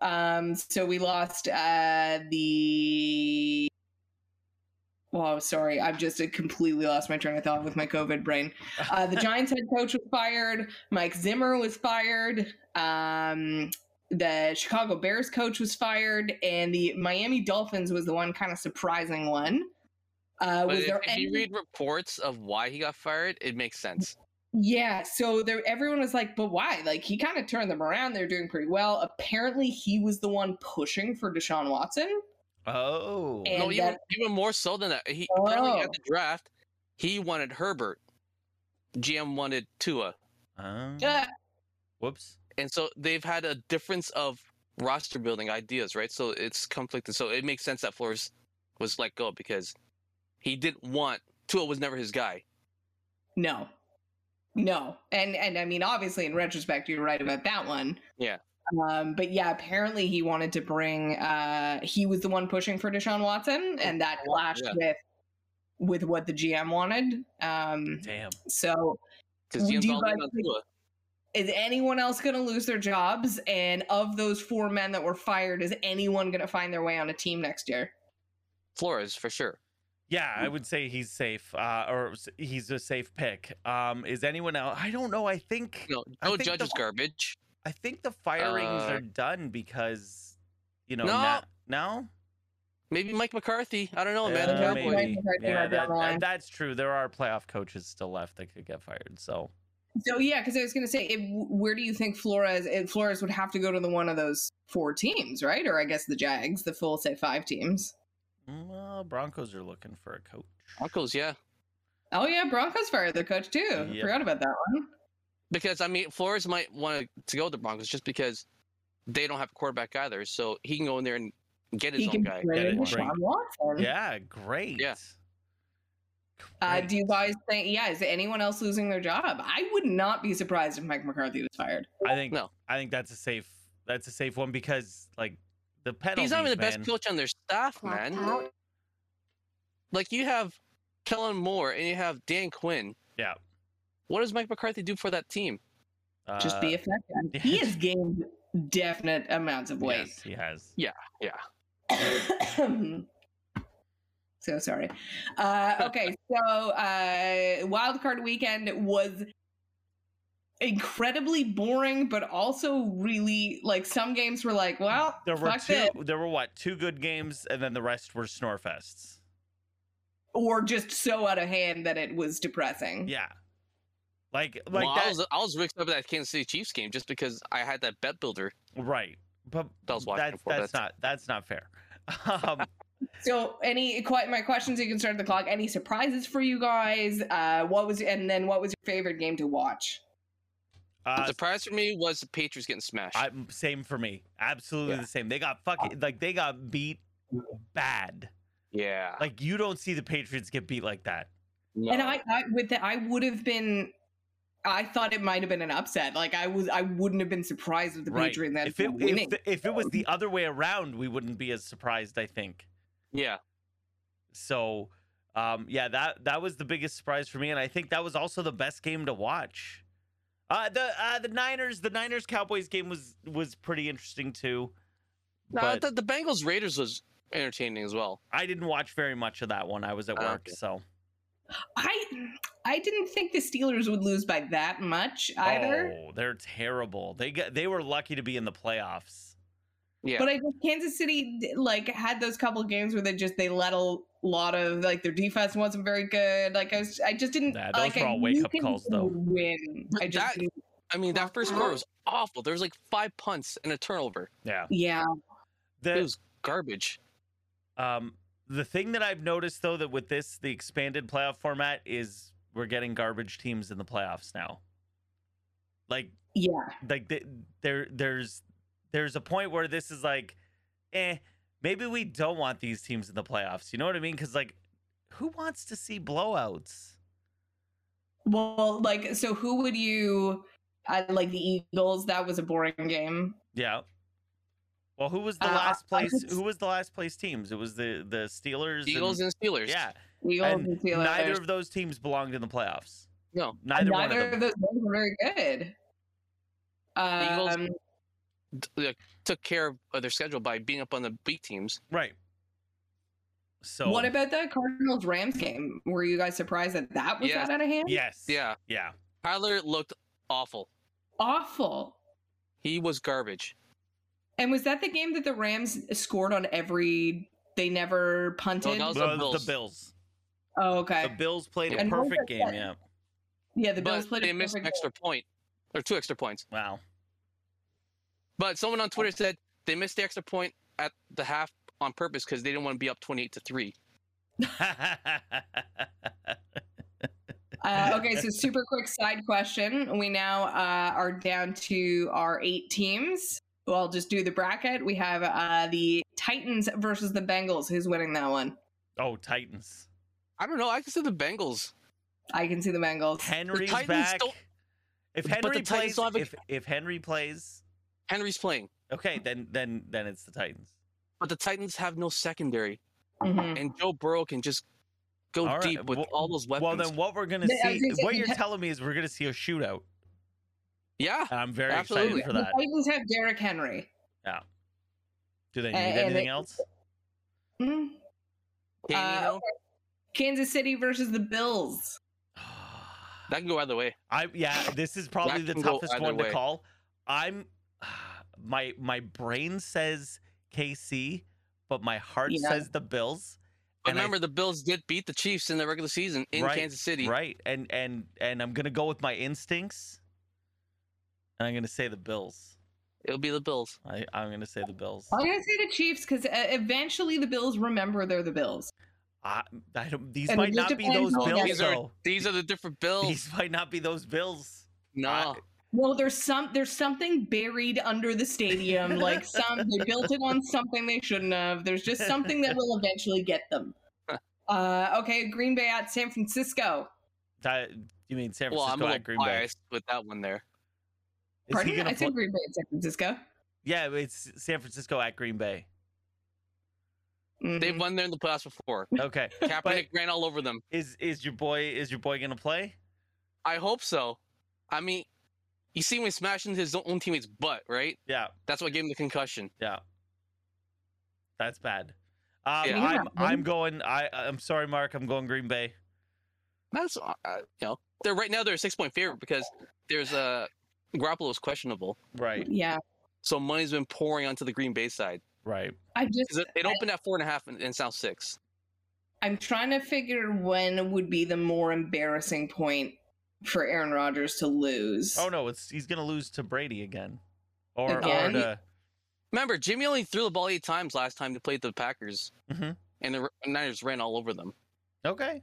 Speaker 2: Um, so we lost uh, the. Well, sorry, I've just uh, completely lost my train of thought with my COVID
Speaker 5: *laughs*
Speaker 2: brain. Uh, the Giants head coach was fired. Mike Zimmer was fired. Um, the Chicago Bears coach was fired, and the Miami Dolphins was the one kind of surprising one. Uh,
Speaker 5: But
Speaker 2: was
Speaker 5: if,
Speaker 2: there
Speaker 5: if
Speaker 2: any...
Speaker 5: you read reports of why he got fired, it makes sense.
Speaker 2: Yeah, so there everyone was like, but why? Like he kind of turned them around. They're doing pretty well. Apparently he was the one pushing for Deshaun Watson.
Speaker 4: Oh.
Speaker 2: And
Speaker 5: no, even,
Speaker 2: that-
Speaker 5: even more so than that. He apparently
Speaker 2: Oh.
Speaker 5: at the draft, he wanted Herbert. GM wanted Tua.
Speaker 4: Oh.
Speaker 2: Uh,
Speaker 4: Whoops.
Speaker 5: And so they've had a difference of roster building ideas, right? So it's conflicted. So it makes sense that Flores was let go because he didn't want Tua was never his guy.
Speaker 2: no. No. And and I mean obviously in retrospect you're right about that one.
Speaker 5: Yeah.
Speaker 2: Um but yeah, apparently he wanted to bring uh he was the one pushing for Deshaun Watson and that clashed
Speaker 5: Yeah.
Speaker 2: with with what the GM wanted. Um
Speaker 4: Damn.
Speaker 2: so
Speaker 5: Because
Speaker 2: Do
Speaker 5: GM's
Speaker 2: you
Speaker 5: all in
Speaker 2: guys
Speaker 5: on
Speaker 2: think-
Speaker 5: Tua.
Speaker 2: is anyone else going to lose their jobs? And of those four men that were fired, is anyone going to find their way on a team next year?
Speaker 5: Flores for sure.
Speaker 4: Yeah, I would say he's safe, uh, or s- he's a safe pick. Um, is anyone else? I don't know. I think
Speaker 5: No,
Speaker 4: I
Speaker 5: no
Speaker 4: think
Speaker 5: judge
Speaker 4: the-
Speaker 5: is garbage.
Speaker 4: I think the firings
Speaker 5: Uh,
Speaker 4: are done because you know
Speaker 5: No.
Speaker 4: na- now.
Speaker 5: Maybe Mike McCarthy. I don't know, Oh, man. The
Speaker 4: Yeah,
Speaker 5: Cowboys.
Speaker 4: Uh, maybe.
Speaker 2: McCarthy
Speaker 4: Yeah,
Speaker 2: might be on
Speaker 4: that-
Speaker 2: the
Speaker 4: that-
Speaker 2: line.
Speaker 4: that's true. There are playoff coaches still left that could get fired. So
Speaker 2: So yeah, because I was going to say, it, where do you think Flores? It, Flores would have to go to the one of those four teams, right? Or I guess the Jags, the full say five teams.
Speaker 4: mm, well, Broncos are looking for a coach.
Speaker 5: Broncos, yeah.
Speaker 2: Oh yeah, Broncos fired their coach too.
Speaker 4: Yep.
Speaker 2: Forgot about that one.
Speaker 5: Because I mean, Flores might want to go with the Broncos just because they don't have a quarterback either. So he can go in there and get his
Speaker 2: He
Speaker 5: own
Speaker 2: can
Speaker 4: Get
Speaker 5: guy.
Speaker 4: it,
Speaker 2: bring
Speaker 4: bring-
Speaker 2: Deshaun Watson.
Speaker 4: Yeah, great.
Speaker 5: Yeah.
Speaker 2: Uh,
Speaker 4: Great.
Speaker 2: do you guys think? Yeah, is anyone else losing their job? I would not be surprised if Mike McCarthy was fired.
Speaker 4: I think
Speaker 5: No.
Speaker 4: I think that's a safe that's a safe one because like the penalties.
Speaker 5: He's not even the best
Speaker 4: man.
Speaker 5: coach on their staff,
Speaker 3: Clock
Speaker 5: man.
Speaker 3: out.
Speaker 5: Like you have Kellen Moore and you have Dan Quinn.
Speaker 4: Yeah.
Speaker 5: What does Mike McCarthy do for that team?
Speaker 2: Just be
Speaker 4: Uh,
Speaker 2: effective.
Speaker 4: yeah.
Speaker 2: He has gained definite amounts of weight.
Speaker 4: Yes, he has.
Speaker 2: *coughs* so sorry. Uh, okay, so uh, wildcard weekend was incredibly boring, but also really like some games were like, well,
Speaker 4: There were
Speaker 2: fuck
Speaker 4: two.
Speaker 2: it,
Speaker 4: There were what two good games, and then the rest were snore fests.
Speaker 2: or just so out of hand that it was depressing.
Speaker 4: Yeah, like like
Speaker 5: Like well, I
Speaker 4: that.
Speaker 5: was I was mixed up at that Kansas City Chiefs game just because I had that bet builder.
Speaker 4: Right, but
Speaker 5: That was watching
Speaker 4: that's
Speaker 5: for
Speaker 4: that's
Speaker 5: that.
Speaker 4: not that's not fair. *laughs*
Speaker 5: *laughs*
Speaker 4: Um,
Speaker 2: So, any quite my questions? You can start the clock. Any surprises for you guys? Uh, what was and then what was your favorite game to watch?
Speaker 5: The
Speaker 4: uh,
Speaker 5: surprise for me was the Patriots getting smashed.
Speaker 4: I, same for me. Absolutely
Speaker 5: Yeah.
Speaker 4: the same. They got fucking like they got beat bad.
Speaker 5: yeah.
Speaker 4: Like you don't see the Patriots get beat like that.
Speaker 5: No.
Speaker 2: And I, I with that, I would have been. I thought it might have been an upset. Like I was, I wouldn't have been surprised with the
Speaker 4: Right.
Speaker 2: Patriots that
Speaker 4: If it,
Speaker 2: winning.
Speaker 4: if, the- if it was the other way around, we wouldn't be as surprised. I think.
Speaker 5: yeah.
Speaker 4: So, um, yeah, that that was the biggest surprise for me, and I think that was also the best game to watch. Uh, the uh, the Niners the Niners Cowboys game was was pretty interesting too.
Speaker 5: No,
Speaker 4: But
Speaker 5: the, the Bengals Raiders was entertaining as well.
Speaker 4: I didn't watch very much of that one. I was at
Speaker 5: Ah,
Speaker 4: work,
Speaker 5: okay.
Speaker 4: so
Speaker 2: I, I didn't think the Steelers would lose by that much either.
Speaker 4: oh, they're terrible. They got they were lucky to be in the playoffs.
Speaker 5: Yeah.
Speaker 2: But I think Kansas City like had those couple games where they just they let a lot of like their defense wasn't very good. Like I was, I just didn't.
Speaker 4: Nah, those
Speaker 2: like,
Speaker 4: were
Speaker 2: I
Speaker 4: all wake
Speaker 2: knew
Speaker 4: up
Speaker 2: Kansas
Speaker 4: calls,
Speaker 2: City
Speaker 4: though.
Speaker 2: would Win.
Speaker 5: But
Speaker 2: I just
Speaker 5: that-
Speaker 2: didn't-
Speaker 5: I mean that first
Speaker 2: Uh-huh.
Speaker 5: quarter was awful. There was like five punts and a turnover.
Speaker 4: Yeah.
Speaker 2: yeah.
Speaker 5: It
Speaker 4: The
Speaker 5: was garbage.
Speaker 4: um the thing that I've noticed though that with this the expanded playoff format is we're getting garbage teams in the playoffs now. Like
Speaker 2: Yeah.
Speaker 4: like th- there there's there's a point where this is like eh maybe we don't want these teams in the playoffs you know what i mean because like who wants to see blowouts
Speaker 2: Well, like so, who would you? I like the Eagles. That was a boring game.
Speaker 4: yeah well who was the
Speaker 2: Uh,
Speaker 4: last
Speaker 2: I
Speaker 4: place
Speaker 2: would-
Speaker 4: who was the last place teams it was the the steelers
Speaker 5: Eagles and Steelers.
Speaker 4: yeah
Speaker 2: Eagles
Speaker 4: and
Speaker 2: and Steelers.
Speaker 4: neither of those teams belonged in the playoffs
Speaker 5: No.
Speaker 4: neither, one of
Speaker 2: Neither
Speaker 4: them
Speaker 2: those games were very good. Um,
Speaker 5: Eagles- d- like, took care of their schedule by being up on the beat teams.
Speaker 4: Right. So
Speaker 2: What about that Cardinals Rams game? Were you guys surprised that that was
Speaker 5: Yes.
Speaker 2: that out of hand?
Speaker 4: Yes.
Speaker 5: Yeah,
Speaker 4: Yeah.
Speaker 5: Kyler looked awful.
Speaker 2: Awful.
Speaker 5: He was garbage.
Speaker 2: And was that the game that the Rams scored on every? They never punted.
Speaker 5: that was-
Speaker 4: Well,
Speaker 5: the
Speaker 4: it was
Speaker 5: Bills.
Speaker 4: the Bills.
Speaker 2: oh,
Speaker 4: The
Speaker 2: okay.
Speaker 4: Bills played a
Speaker 2: And what was
Speaker 4: perfect
Speaker 2: that
Speaker 4: game.
Speaker 2: set?
Speaker 4: Yeah.
Speaker 2: yeah, the Bills
Speaker 5: but
Speaker 2: played. a
Speaker 5: they missed an
Speaker 2: perfect
Speaker 5: extra point or two extra points.
Speaker 4: Wow. *laughs*
Speaker 5: But someone on Twitter said they missed the extra point at the half on purpose because they didn't want to be up twenty-eight to three.
Speaker 2: game. *laughs* Uh, okay, so super quick side question. We now uh, are down to our eight teams. Well, I'll just do the bracket. We have uh, the Titans versus the Bengals. Who's winning that one?
Speaker 4: oh, Titans.
Speaker 5: I don't know. I can see the Bengals.
Speaker 2: I can see the Bengals.
Speaker 4: Henry's
Speaker 5: Titans
Speaker 4: back.
Speaker 5: don't-
Speaker 4: If
Speaker 5: But the
Speaker 4: Henry
Speaker 5: Titans
Speaker 4: plays,
Speaker 5: don't have a-
Speaker 4: if, if Henry plays,
Speaker 5: Henry's playing,
Speaker 4: okay, then then then it's the Titans.
Speaker 5: but the Titans have no secondary,
Speaker 2: Mhm.
Speaker 5: and Joe Burrow can just go
Speaker 4: Mm-hmm. All right,
Speaker 5: deep with
Speaker 4: well-
Speaker 5: all those weapons.
Speaker 4: Well, then what we're gonna
Speaker 2: Yeah, I was
Speaker 4: see,
Speaker 2: gonna say
Speaker 4: what
Speaker 2: the
Speaker 4: you're
Speaker 2: *laughs* Ti-
Speaker 4: telling me is we're gonna see a shootout.
Speaker 5: yeah,
Speaker 4: And I'm very
Speaker 5: Absolutely.
Speaker 4: excited for
Speaker 2: the
Speaker 4: that.
Speaker 2: Titans have Derrick Henry.
Speaker 4: Do they need
Speaker 2: and
Speaker 4: anything
Speaker 2: it- *sighs*
Speaker 4: else? *sighs*
Speaker 2: Mhm.
Speaker 5: Can you
Speaker 2: Uh,
Speaker 5: know?
Speaker 2: Kansas City versus the Bills.
Speaker 5: that can go either way.
Speaker 4: I yeah, this is probably the
Speaker 5: can go
Speaker 4: toughest
Speaker 5: either
Speaker 4: one to
Speaker 5: way.
Speaker 4: call. I'm *sighs* my my brain says KC, but my heart
Speaker 2: Yeah.
Speaker 4: says the Bills.
Speaker 5: But
Speaker 4: And I-
Speaker 5: remember, the Bills did beat the Chiefs in the regular season in
Speaker 4: Right,
Speaker 5: Kansas City.
Speaker 4: Right. And and and I'm gonna go with my instincts. And I'm gonna say the Bills.
Speaker 5: It'll be the Bills.
Speaker 4: I, I'm gonna say the Bills.
Speaker 2: I'm gonna say the Chiefs because uh, eventually the Bills remember they're the Bills.
Speaker 4: I, I don't, these
Speaker 2: And it
Speaker 4: might
Speaker 2: just
Speaker 4: not be
Speaker 2: depends
Speaker 4: those
Speaker 2: on-
Speaker 4: Bills
Speaker 5: These are-
Speaker 4: though.
Speaker 5: These are the different Bills.
Speaker 4: These might not be those Bills.
Speaker 5: no,
Speaker 4: I-
Speaker 2: No, there's some there's something buried under the *laughs* stadium. Like some they built it on something they shouldn't have. There's just something that will eventually get *laughs* them. Uh, okay, Green Bay at San Francisco.
Speaker 4: That, you mean San
Speaker 5: well,
Speaker 4: Francisco
Speaker 5: I'm a little
Speaker 4: at Green Bay?
Speaker 5: biased with that one there.
Speaker 4: Is he
Speaker 2: Pardon?
Speaker 4: gonna
Speaker 2: I
Speaker 4: pl-
Speaker 2: said Green Bay at San Francisco.
Speaker 4: yeah, it's San Francisco at
Speaker 2: *laughs*
Speaker 4: Green Bay.
Speaker 2: Mhm.
Speaker 5: They've won there in the playoffs before.
Speaker 4: Okay.
Speaker 5: Kaepernick
Speaker 4: But-
Speaker 5: ran all over them.
Speaker 4: is is your boy is your boy gonna play?
Speaker 5: I hope so. I mean, you see him smashing his own teammate's butt, right?
Speaker 4: Yeah,
Speaker 5: That's what gave him the concussion.
Speaker 4: yeah. That's bad. Um,
Speaker 5: Yeah.
Speaker 4: I'm
Speaker 2: Yeah.
Speaker 4: I'm going. I I'm sorry, Mark. I'm going Green Bay.
Speaker 5: That's uh, uh, you know, they're right now they're a six point favorite because there's a uh, Garoppolo is questionable,
Speaker 4: Right,
Speaker 2: Yeah,
Speaker 5: so money's been pouring onto the Green Bay side.
Speaker 4: right.
Speaker 2: I just
Speaker 5: 'Cause It, it opened at four and a half and, and it's now six.
Speaker 2: I'm trying to figure when would be the more embarrassing point for Aaron Rodgers to lose.
Speaker 4: Oh no, it's he's gonna lose to Brady again, or
Speaker 2: Again?
Speaker 4: or to,
Speaker 5: Remember, Jimmy only threw the ball eight times last time they played the Packers,
Speaker 4: Mhm.
Speaker 5: and the Niners ran all over them.
Speaker 4: okay.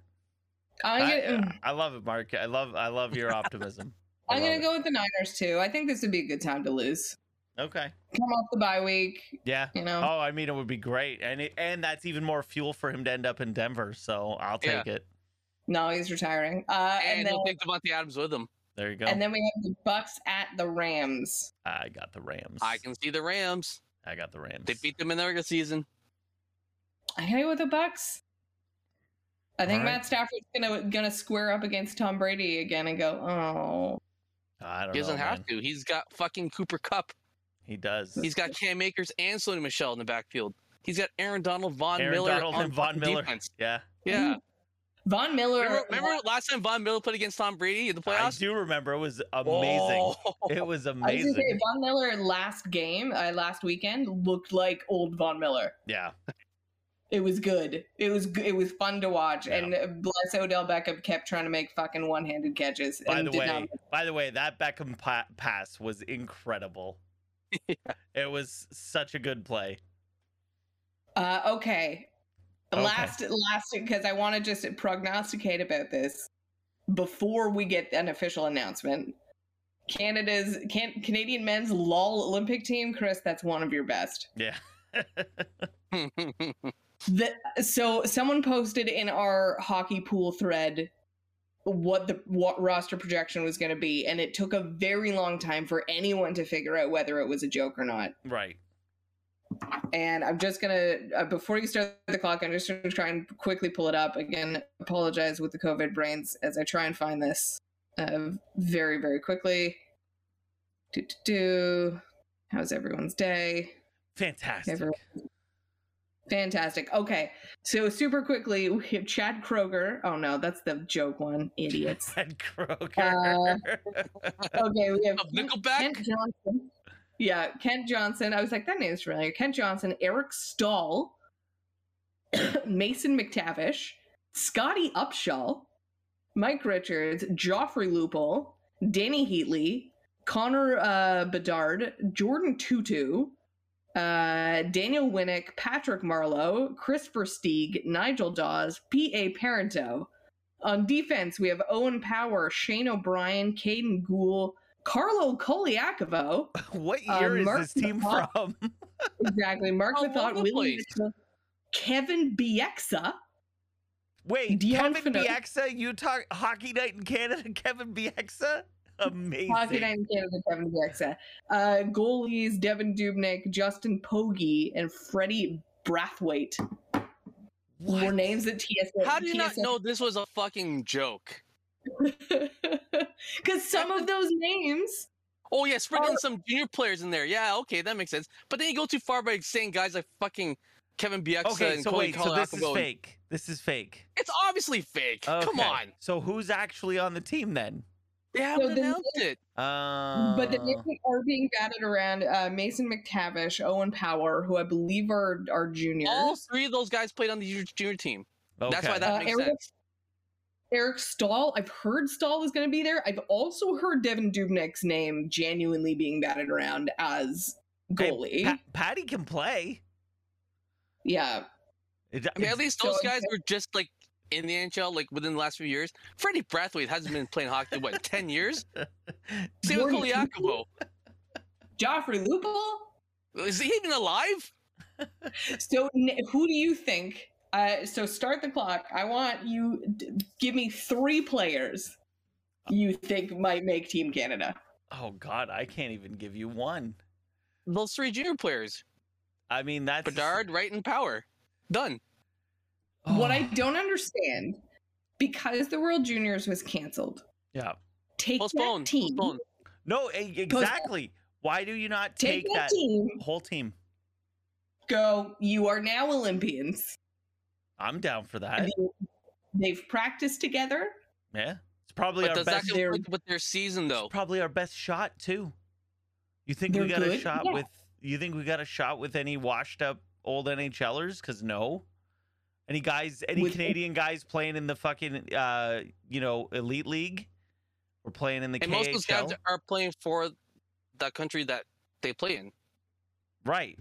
Speaker 2: I'm
Speaker 4: I,
Speaker 2: gonna-
Speaker 4: I love it, Mark. I love I love your optimism.
Speaker 2: *laughs*
Speaker 4: I
Speaker 2: I'm gonna
Speaker 4: love
Speaker 2: go with the Niners too. I think this would be a good time to lose.
Speaker 4: it. Okay.
Speaker 2: Come off the bye week,
Speaker 4: Yeah.
Speaker 2: you know.
Speaker 4: Oh, I mean, it would be great, and it, and that's even more fuel for him to end up in Denver. So I'll
Speaker 5: Yeah.
Speaker 4: take it.
Speaker 2: No, he's retiring. Uh,
Speaker 5: And,
Speaker 2: and, then
Speaker 5: he'll take Devontae Adams with him.
Speaker 4: There you go.
Speaker 2: and then we have the Bucks at the Rams.
Speaker 4: I got the Rams.
Speaker 5: I can see the Rams.
Speaker 4: I got the Rams.
Speaker 5: They beat them in the regular season.
Speaker 2: I gotta go with the Bucks. I think
Speaker 4: All right.
Speaker 2: Matt Stafford's gonna gonna square up against Tom Brady again and go, oh,
Speaker 4: I don't
Speaker 5: He doesn't
Speaker 4: know,
Speaker 5: have
Speaker 4: man.
Speaker 5: to. He's got fucking Cooper Cup.
Speaker 4: He does.
Speaker 5: He's got Cam Akers and Sony Michelle in the backfield. He's got Aaron Donald, Von
Speaker 4: Aaron
Speaker 5: Miller,
Speaker 4: Donald
Speaker 5: on
Speaker 4: and Von
Speaker 5: fucking
Speaker 4: Miller.
Speaker 5: defense.
Speaker 4: Yeah,
Speaker 5: Yeah.
Speaker 2: Von Miller.
Speaker 5: Remember, remember last time Von Miller played against Tom Brady in the
Speaker 4: I
Speaker 5: playoffs?
Speaker 4: do remember. It was amazing.
Speaker 5: Oh. *laughs*
Speaker 4: It was
Speaker 2: I was gonna say,
Speaker 4: amazing.
Speaker 2: Von Miller last game, uh, last weekend, looked like old Von Miller.
Speaker 4: Yeah,
Speaker 2: It was good. It was g- it was fun to watch.
Speaker 4: Yeah.
Speaker 2: And bless Odell Beckham kept trying to make fucking one handed catches.
Speaker 4: By
Speaker 2: and
Speaker 4: the
Speaker 2: did
Speaker 4: way,
Speaker 2: not
Speaker 4: by the way, that Beckham pa- pass
Speaker 2: *laughs*
Speaker 4: was incredible. It was such a good play.
Speaker 2: Uh, okay.
Speaker 4: Okay.
Speaker 2: Last, last, because I want to just prognosticate about this before we get an official announcement. Canada's can, Canadian men's LOL Olympic team, Chris. That's one of your best.
Speaker 4: Yeah. *laughs*
Speaker 2: The, so someone posted in our hockey pool thread what the what roster projection was going to be, and it took a very long time for anyone to figure out whether it was a joke or not.
Speaker 4: right.
Speaker 2: and I'm just gonna uh, before you start the clock, I'm just gonna try and quickly pull it up again. Apologize with the COVID brains as I try and find this uh, very very quickly. Do do do. How's everyone's day?
Speaker 4: Fantastic. *laughs*
Speaker 2: Never- Fantastic. Okay. So super quickly, we have Chad Kroger. Oh no, that's the joke one.
Speaker 4: *laughs*
Speaker 2: Idiots.
Speaker 4: Fred Kroger.
Speaker 2: Uh, Okay, we have
Speaker 5: Of Nickelback?
Speaker 2: Kent Johnson. Yeah, Kent Johnson. I was like, that name's familiar. Kent Johnson, Eric Stahl, *coughs* Mason McTavish, Scotty Upshaw, Mike Richards, Joffrey Lupul, Danny Heatley, Connor uh, Bedard, Jordan Tutu, uh, Daniel Winnick, Patrick Marlowe, Christopher Stieg, Nigel Dawes, P.A. Parento. On defense, we have Owen Power, Shane O'Brien, Caden Gould, Carlo Koliakovo,
Speaker 4: *laughs* what
Speaker 2: Uh,
Speaker 4: year is
Speaker 2: Mark
Speaker 4: this team
Speaker 2: Mathot.
Speaker 4: from? *laughs*
Speaker 2: exactly, Mark
Speaker 5: All
Speaker 2: the Thought,
Speaker 5: over the
Speaker 2: Willie
Speaker 5: place.
Speaker 2: Mitchell, Kevin Bieksa.
Speaker 4: Wait,
Speaker 2: Dion
Speaker 4: Kevin
Speaker 2: Fino-
Speaker 4: Bieksa, you talk hockey night in Canada, *laughs* Kevin Bieksa? Amazing.
Speaker 2: Hockey Night in Canada, Kevin Bieksa. Uh, goalies, Devin Dubnik, Justin Pogge, and Freddie Brathwaite were
Speaker 4: What?
Speaker 2: names that TSA.
Speaker 5: How do you not
Speaker 2: TSA *laughs*
Speaker 5: know this was a fucking joke?
Speaker 2: Because some of those names,
Speaker 5: Oh yeah, sprinkling some junior players in there. Yeah, okay, that makes sense. But then you go too far by saying guys like fucking Kevin Bieksa
Speaker 4: Okay,
Speaker 5: and
Speaker 4: so
Speaker 5: Cody
Speaker 4: wait, so this is
Speaker 5: Colacabo.
Speaker 4: fake. This is fake.
Speaker 5: It's obviously fake. Come
Speaker 4: Okay,
Speaker 5: on,
Speaker 4: So who's actually on the team then?
Speaker 5: they haven't
Speaker 2: the-
Speaker 5: announced it.
Speaker 4: Uh,
Speaker 2: but the names that are being batted around: uh, Mason McTavish, Owen Power, who I believe are are juniors.
Speaker 5: All three of those guys played on the junior- junior team. That's why
Speaker 4: okay.
Speaker 5: that
Speaker 2: Uh,
Speaker 5: makes
Speaker 2: Eric-
Speaker 5: sense.
Speaker 2: Eric Stahl. I've heard Stahl is going to be there. I've also heard Devin Dubnik's name genuinely being batted around as
Speaker 4: Hey,
Speaker 2: goalie.
Speaker 4: Pa- Patty can play.
Speaker 2: yeah,
Speaker 4: It-
Speaker 5: I mean, at least those
Speaker 2: So-
Speaker 5: guys were just like in the NHL, like within the last few years. Freddie Brathwaite hasn't been playing hockey
Speaker 4: *laughs*
Speaker 5: what ten years. Same with
Speaker 2: Jordan
Speaker 5: Koliakovo.
Speaker 2: Joffrey Lupul.
Speaker 5: Is he even alive?
Speaker 2: So, n- who do you think? Uh, so, start the clock. I want you d- give me three players you think might make Team Canada.
Speaker 4: oh God, I can't even give you one.
Speaker 5: Those three junior players,
Speaker 4: I mean, that's
Speaker 5: Bedard, Wright, and Power. Done.
Speaker 2: What I
Speaker 4: Oh,
Speaker 2: don't understand because the World Juniors was canceled.
Speaker 4: yeah.
Speaker 2: Take
Speaker 5: Postpone.
Speaker 2: that team.
Speaker 5: Postpone.
Speaker 4: No, e- exactly. Why do you not
Speaker 2: Take,
Speaker 4: take,
Speaker 2: that,
Speaker 4: that
Speaker 2: team.
Speaker 4: whole team?
Speaker 2: Go. You are now Olympians.
Speaker 4: I'm down for that.
Speaker 2: They've practiced together.
Speaker 4: Yeah, it's probably
Speaker 5: But
Speaker 4: our
Speaker 5: does that
Speaker 4: best.
Speaker 2: They're-
Speaker 5: conflict with their season though?
Speaker 4: It's probably our best shot too. You think we
Speaker 2: They're
Speaker 4: got a
Speaker 2: good?
Speaker 4: shot
Speaker 2: Yeah.
Speaker 4: with? You think we got a shot with any washed up old NHLers? Because no, any guys, any
Speaker 2: With-
Speaker 4: Canadian guys playing in the fucking, uh, you know, elite league, or playing in the
Speaker 5: And
Speaker 4: KHL,
Speaker 5: most of those guys are playing for that country that they play in.
Speaker 4: right?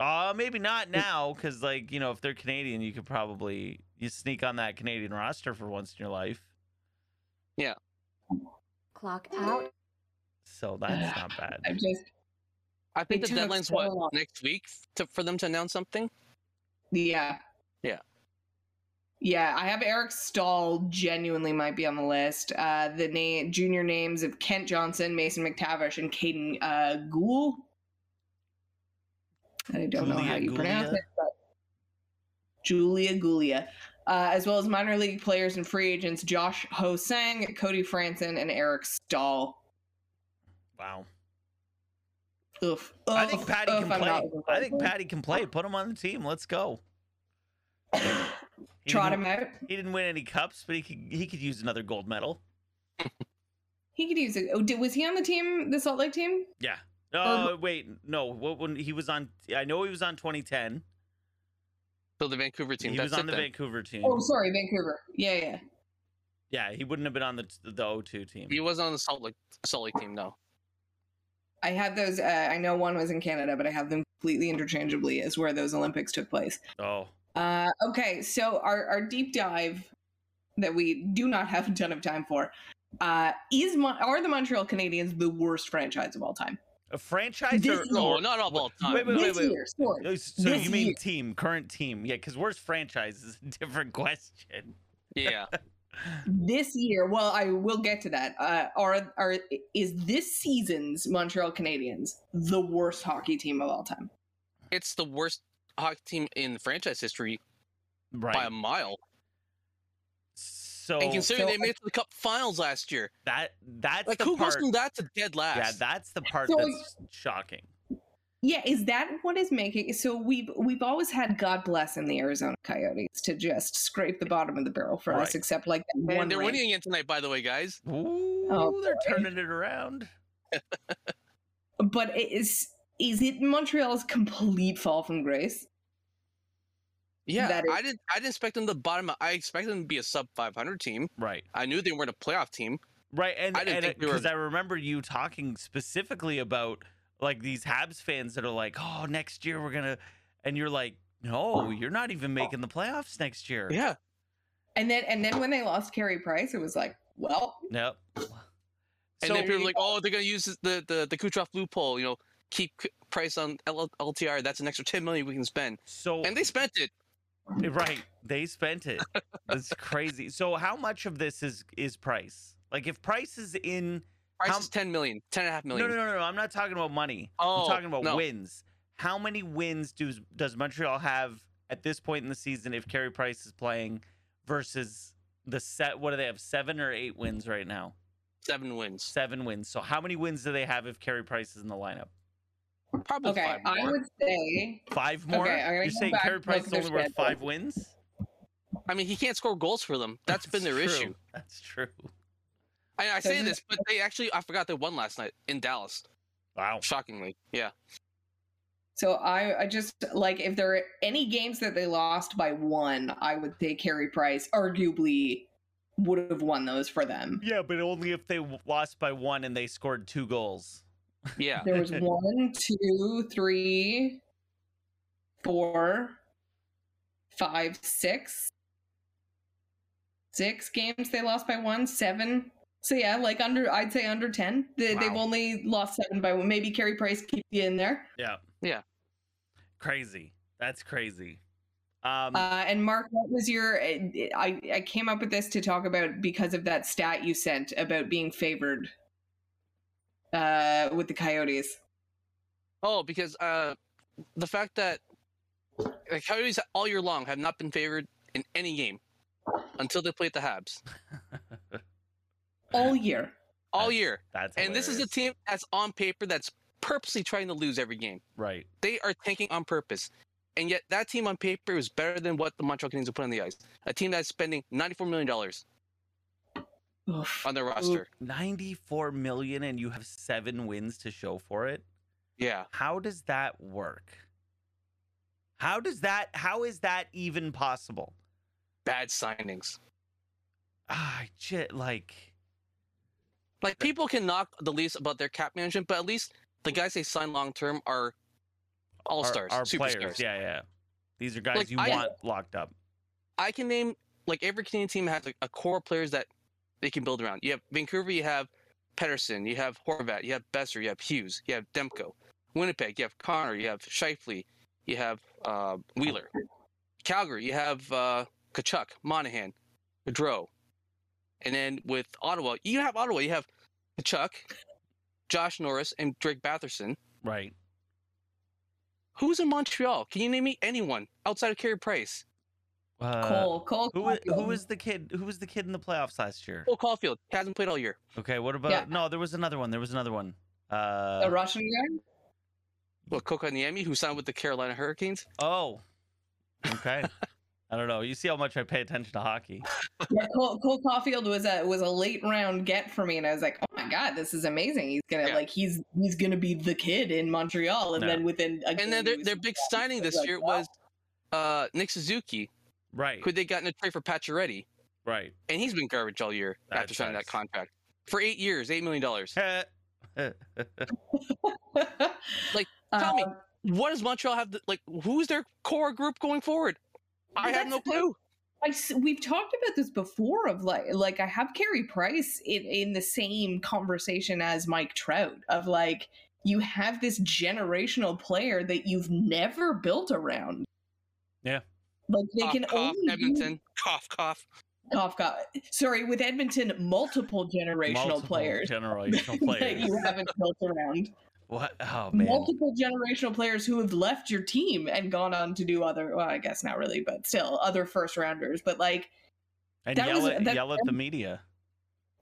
Speaker 4: Uh, maybe not now, because like you know, if they're Canadian, you could probably you sneak on that Canadian roster for once in your life.
Speaker 3: Clock out.
Speaker 4: So that's not bad.
Speaker 2: I'm just
Speaker 5: I think
Speaker 2: It
Speaker 5: the
Speaker 2: took
Speaker 5: deadline's
Speaker 2: so
Speaker 5: what
Speaker 2: long.
Speaker 5: next week to, for them to announce something.
Speaker 2: Yeah.
Speaker 5: Yeah.
Speaker 2: Yeah, I have Eric Stahl genuinely might be on the list. Uh, the name, junior names of Kent Johnson, Mason McTavish, and Caden uh, Gould. I don't know how
Speaker 4: Gulia,
Speaker 2: you pronounce
Speaker 4: Gulia?
Speaker 2: it, but Julia Gulia, uh, as well as minor league players and free agents Josh Hosang, Cody Franson, and Eric Stahl.
Speaker 4: Wow.
Speaker 2: Oof.
Speaker 4: I think
Speaker 2: Oof.
Speaker 4: Patty
Speaker 2: Oof,
Speaker 4: can
Speaker 2: oh, I'm
Speaker 4: play.
Speaker 2: not looking
Speaker 4: I think
Speaker 2: forward
Speaker 4: Patty can play. Put him on the team.
Speaker 2: *coughs*
Speaker 4: Let's go.
Speaker 2: to it.
Speaker 4: He
Speaker 2: Trot
Speaker 4: didn't-
Speaker 2: him out.
Speaker 4: He didn't win any cups, but he could he could use another gold medal.
Speaker 2: He could use it. Oh, did, was he on the team, the Salt Lake team?
Speaker 4: Yeah.
Speaker 2: Um,
Speaker 4: Oh wait, no. What when he was on? I know he was on 2010.
Speaker 5: So the Vancouver team.
Speaker 4: he
Speaker 5: that's
Speaker 4: was on the
Speaker 5: it then.
Speaker 4: Vancouver team.
Speaker 2: Oh, sorry, Vancouver. Yeah, yeah.
Speaker 4: Yeah, he wouldn't have been on the the O2 team.
Speaker 5: He wasn't on the Salt Lake Salt Lake team though.
Speaker 2: I had those. Uh, I know one was in Canada, but I have them completely interchangeably as where those Olympics took place.
Speaker 4: oh,
Speaker 2: Uh, okay, so our, our deep dive that we do not have a ton of time for uh, is Mon- are the Montreal Canadiens the worst franchise of all time?
Speaker 4: a franchise
Speaker 2: This
Speaker 4: or,
Speaker 2: is-
Speaker 5: No,
Speaker 4: or-
Speaker 5: not all the time.
Speaker 4: Wait, wait,
Speaker 2: this
Speaker 4: wait, wait.
Speaker 2: year, sorry.
Speaker 4: Oh, So
Speaker 2: this
Speaker 4: you mean
Speaker 2: year.
Speaker 4: team, current team? Yeah, because where's franchise is a different *laughs* question.
Speaker 5: Yeah.
Speaker 2: this year well i will get to that uh are are is this season's montreal Canadiens the worst hockey team of all time
Speaker 5: it's the worst hockey team in franchise history by
Speaker 4: Right.
Speaker 5: a mile.
Speaker 4: So
Speaker 5: and considering
Speaker 2: So
Speaker 5: they made it to the cup finals last year,
Speaker 4: that Oh. that's
Speaker 5: like
Speaker 4: the
Speaker 5: who goes
Speaker 4: part.
Speaker 5: from that to dead last?
Speaker 4: Yeah, that's the part
Speaker 2: So-
Speaker 4: that's shocking.
Speaker 2: Yeah, is that what is making so we've we've always had God bless in the Arizona Coyotes to just scrape the bottom of the barrel for us,
Speaker 4: Right.
Speaker 2: except like that
Speaker 5: and
Speaker 2: one
Speaker 5: they're
Speaker 2: rank.
Speaker 5: winning again tonight, by the way, guys.
Speaker 4: Ooh,
Speaker 2: Oh,
Speaker 4: they're
Speaker 2: boy.
Speaker 4: turning it around.
Speaker 2: But it is is it Montreal's complete fall from grace?
Speaker 5: Yeah,
Speaker 2: That is-
Speaker 5: I didn't. I didn't expect them to bottom. out. I expected them to be a sub 500 team.
Speaker 4: Right.
Speaker 5: I knew they weren't a playoff team.
Speaker 4: Right, and
Speaker 5: I didn't think we were-
Speaker 4: because I remember you talking specifically about like these Habs fans that are like, "Oh, next year we're gonna," and you're like, "No, you're not even making the playoffs next year."
Speaker 5: Oh. Yeah,
Speaker 2: And then and then when they lost Carey Price, it was like, well,
Speaker 4: Nope.
Speaker 5: and
Speaker 4: So-
Speaker 5: then people are like, "Oh, they're gonna use this- the the the Kucherov loophole." You know, keep K- price on L- LTR. That's an extra 10 million we can spend,
Speaker 4: so eh,
Speaker 5: and they spent it.
Speaker 4: right, they spent it. That's crazy. So how much of this is is price? Like if price is in
Speaker 5: Price
Speaker 4: How-
Speaker 5: is 10 million, 10 and a half
Speaker 4: no,
Speaker 5: million.
Speaker 4: no, no, no, no, I'm not talking about money.
Speaker 5: Oh,
Speaker 4: I'm talking about
Speaker 5: no.
Speaker 4: wins. How many wins does does Montreal have at this point in the season if Carey Price is playing versus the set? What do they have? Seven or eight wins right now?
Speaker 5: Seven wins,
Speaker 4: Seven wins. So how many wins do they have if Carey Price is in the lineup?
Speaker 5: probably
Speaker 2: okay,
Speaker 5: five
Speaker 2: I
Speaker 5: more.
Speaker 2: would say
Speaker 4: Five more.
Speaker 2: Okay, I'm gonna
Speaker 4: You're
Speaker 2: go
Speaker 4: saying
Speaker 2: back
Speaker 4: Carey
Speaker 2: and
Speaker 4: Price
Speaker 2: look
Speaker 4: is
Speaker 2: at their
Speaker 4: only worth
Speaker 2: schedule.
Speaker 4: five wins?
Speaker 5: I mean, he can't score goals for them. That's been their
Speaker 4: true.
Speaker 5: issue.
Speaker 4: That's true.
Speaker 5: I, I say
Speaker 2: Doesn't-
Speaker 5: this, but they actually, I forgot they won last night in Dallas.
Speaker 4: Wow.
Speaker 5: Shockingly, yeah.
Speaker 2: so. I, I just like if there are any games that they lost by one, I would say Carey Price arguably would have won those for them.
Speaker 4: Yeah, but only if they w- lost by one and they scored two goals.
Speaker 5: Yeah.
Speaker 2: There
Speaker 4: *laughs*
Speaker 2: was one, two, three, four, five, six, six games they lost by one, seven. So yeah, like under, I'd say under ten. They, They've
Speaker 4: Wow.
Speaker 2: only lost seven by one. Maybe Carey Price keep you in there.
Speaker 4: Yeah.
Speaker 5: Yeah.
Speaker 4: Crazy. That's crazy. Um, *laughs*
Speaker 2: Uh, and Mark, what was your? eh, I I came up with this to talk about because of that stat you sent about being favored uh, with the Coyotes.
Speaker 5: Oh, because uh, the fact that the Coyotes all year long have not been favored in any game until they played the Habs
Speaker 4: *laughs*
Speaker 2: All year,
Speaker 5: all
Speaker 4: That's-
Speaker 5: year.
Speaker 4: that's
Speaker 5: And this is a
Speaker 4: hilarious.
Speaker 5: team that's on paper that's purposely trying to lose every game.
Speaker 4: right.
Speaker 5: They are tanking on purpose. And yet that team on paper is better than what the Montreal Canadiens have put on the ice. A team that's spending $94 million on
Speaker 2: Oof.
Speaker 4: Uh,
Speaker 5: their roster.
Speaker 4: 94 million and you have seven wins to show for it.
Speaker 5: Yeah.
Speaker 4: How does that work? How does that, how is that even possible?
Speaker 5: Bad signings.
Speaker 4: Ah, shit, like,
Speaker 5: Like people can knock the Leafs about their cap management, but at least the guys they sign long term are all
Speaker 4: our-
Speaker 5: stars,
Speaker 4: our,
Speaker 5: superstars.
Speaker 4: players. Yeah, yeah. These are guys
Speaker 5: Like,
Speaker 4: you
Speaker 5: I-
Speaker 4: want locked up.
Speaker 5: I can name like every Canadian team has like, a core of players that they can build around. You have Vancouver, you have Pedersen, you have Horvat, you have Besser, you have Hughes, you have Demko, Winnipeg, you have Connor, you have Shifley, you have uh, Wheeler, Calgary, you have uh, Kachuk, Monahan, Gaudreau, and then with Ottawa, you have Ottawa, you have Kachuk, Josh Norris, and Drake Batherson.
Speaker 4: Right.
Speaker 5: Who's in Montreal? Can you name me anyone outside of Carey Price?
Speaker 4: Uh,
Speaker 2: Cole, Cole,
Speaker 4: Who was, who
Speaker 2: Caulfield.
Speaker 4: was the kid? Who was the kid in the playoffs last year?
Speaker 5: Cole Caulfield hasn't played all year.
Speaker 4: Okay, what about?
Speaker 2: Yeah.
Speaker 4: No, there was another one. There was another one.
Speaker 2: the
Speaker 4: Uh,
Speaker 2: Russian guy?
Speaker 5: Well, Kokaniemi, who signed with the Carolina Hurricanes.
Speaker 4: oh,
Speaker 5: *laughs*
Speaker 4: okay. I don't know. You see how much I pay attention to hockey.
Speaker 2: Yeah, Cole, Cole Caulfield was a was a late round get for me, and I was like, oh my god, this is amazing. He's gonna
Speaker 5: Yeah.
Speaker 2: like he's he's gonna be the kid in Montreal, and
Speaker 4: No.
Speaker 2: then within a game
Speaker 5: And
Speaker 2: he
Speaker 5: then their,
Speaker 2: was-
Speaker 5: their big signing this
Speaker 2: like,
Speaker 5: year
Speaker 2: wow.
Speaker 5: was uh, Nick Suzuki,
Speaker 4: Right.
Speaker 5: who they got in a trade for Pacioretty,
Speaker 4: Right.
Speaker 5: and he's been garbage all year after
Speaker 4: That
Speaker 5: signing that
Speaker 4: sucks.
Speaker 5: contract for eight years, eight
Speaker 4: *laughs*
Speaker 5: million dollars.
Speaker 4: Eh.
Speaker 5: Like, Tommy,
Speaker 2: Um,
Speaker 5: what does Montreal have? To, like, who's their core group going forward? I
Speaker 2: that's
Speaker 5: have no
Speaker 2: the-
Speaker 5: clue.
Speaker 2: *laughs* I s- we've talked about this before. Of like, like I have Carey Price in in the same conversation as Mike Trout. Of like, you have this generational player that you've never built around.
Speaker 4: Yeah.
Speaker 2: like they
Speaker 5: cough,
Speaker 2: can
Speaker 5: cough,
Speaker 2: only do
Speaker 5: Edmonton, cough, cough.
Speaker 2: Cough, cough. Sorry, with Edmonton, multiple generational
Speaker 4: Multiple
Speaker 2: players
Speaker 4: Generational
Speaker 2: *laughs* that
Speaker 4: players.
Speaker 2: you haven't built around.
Speaker 4: what? Oh man.
Speaker 2: Multiple generational players who have left your team and gone on to do other, well, I guess not really, but still other first rounders. But like,
Speaker 4: and
Speaker 2: That
Speaker 4: yell
Speaker 2: was-
Speaker 4: at
Speaker 2: that-
Speaker 4: yell at the media.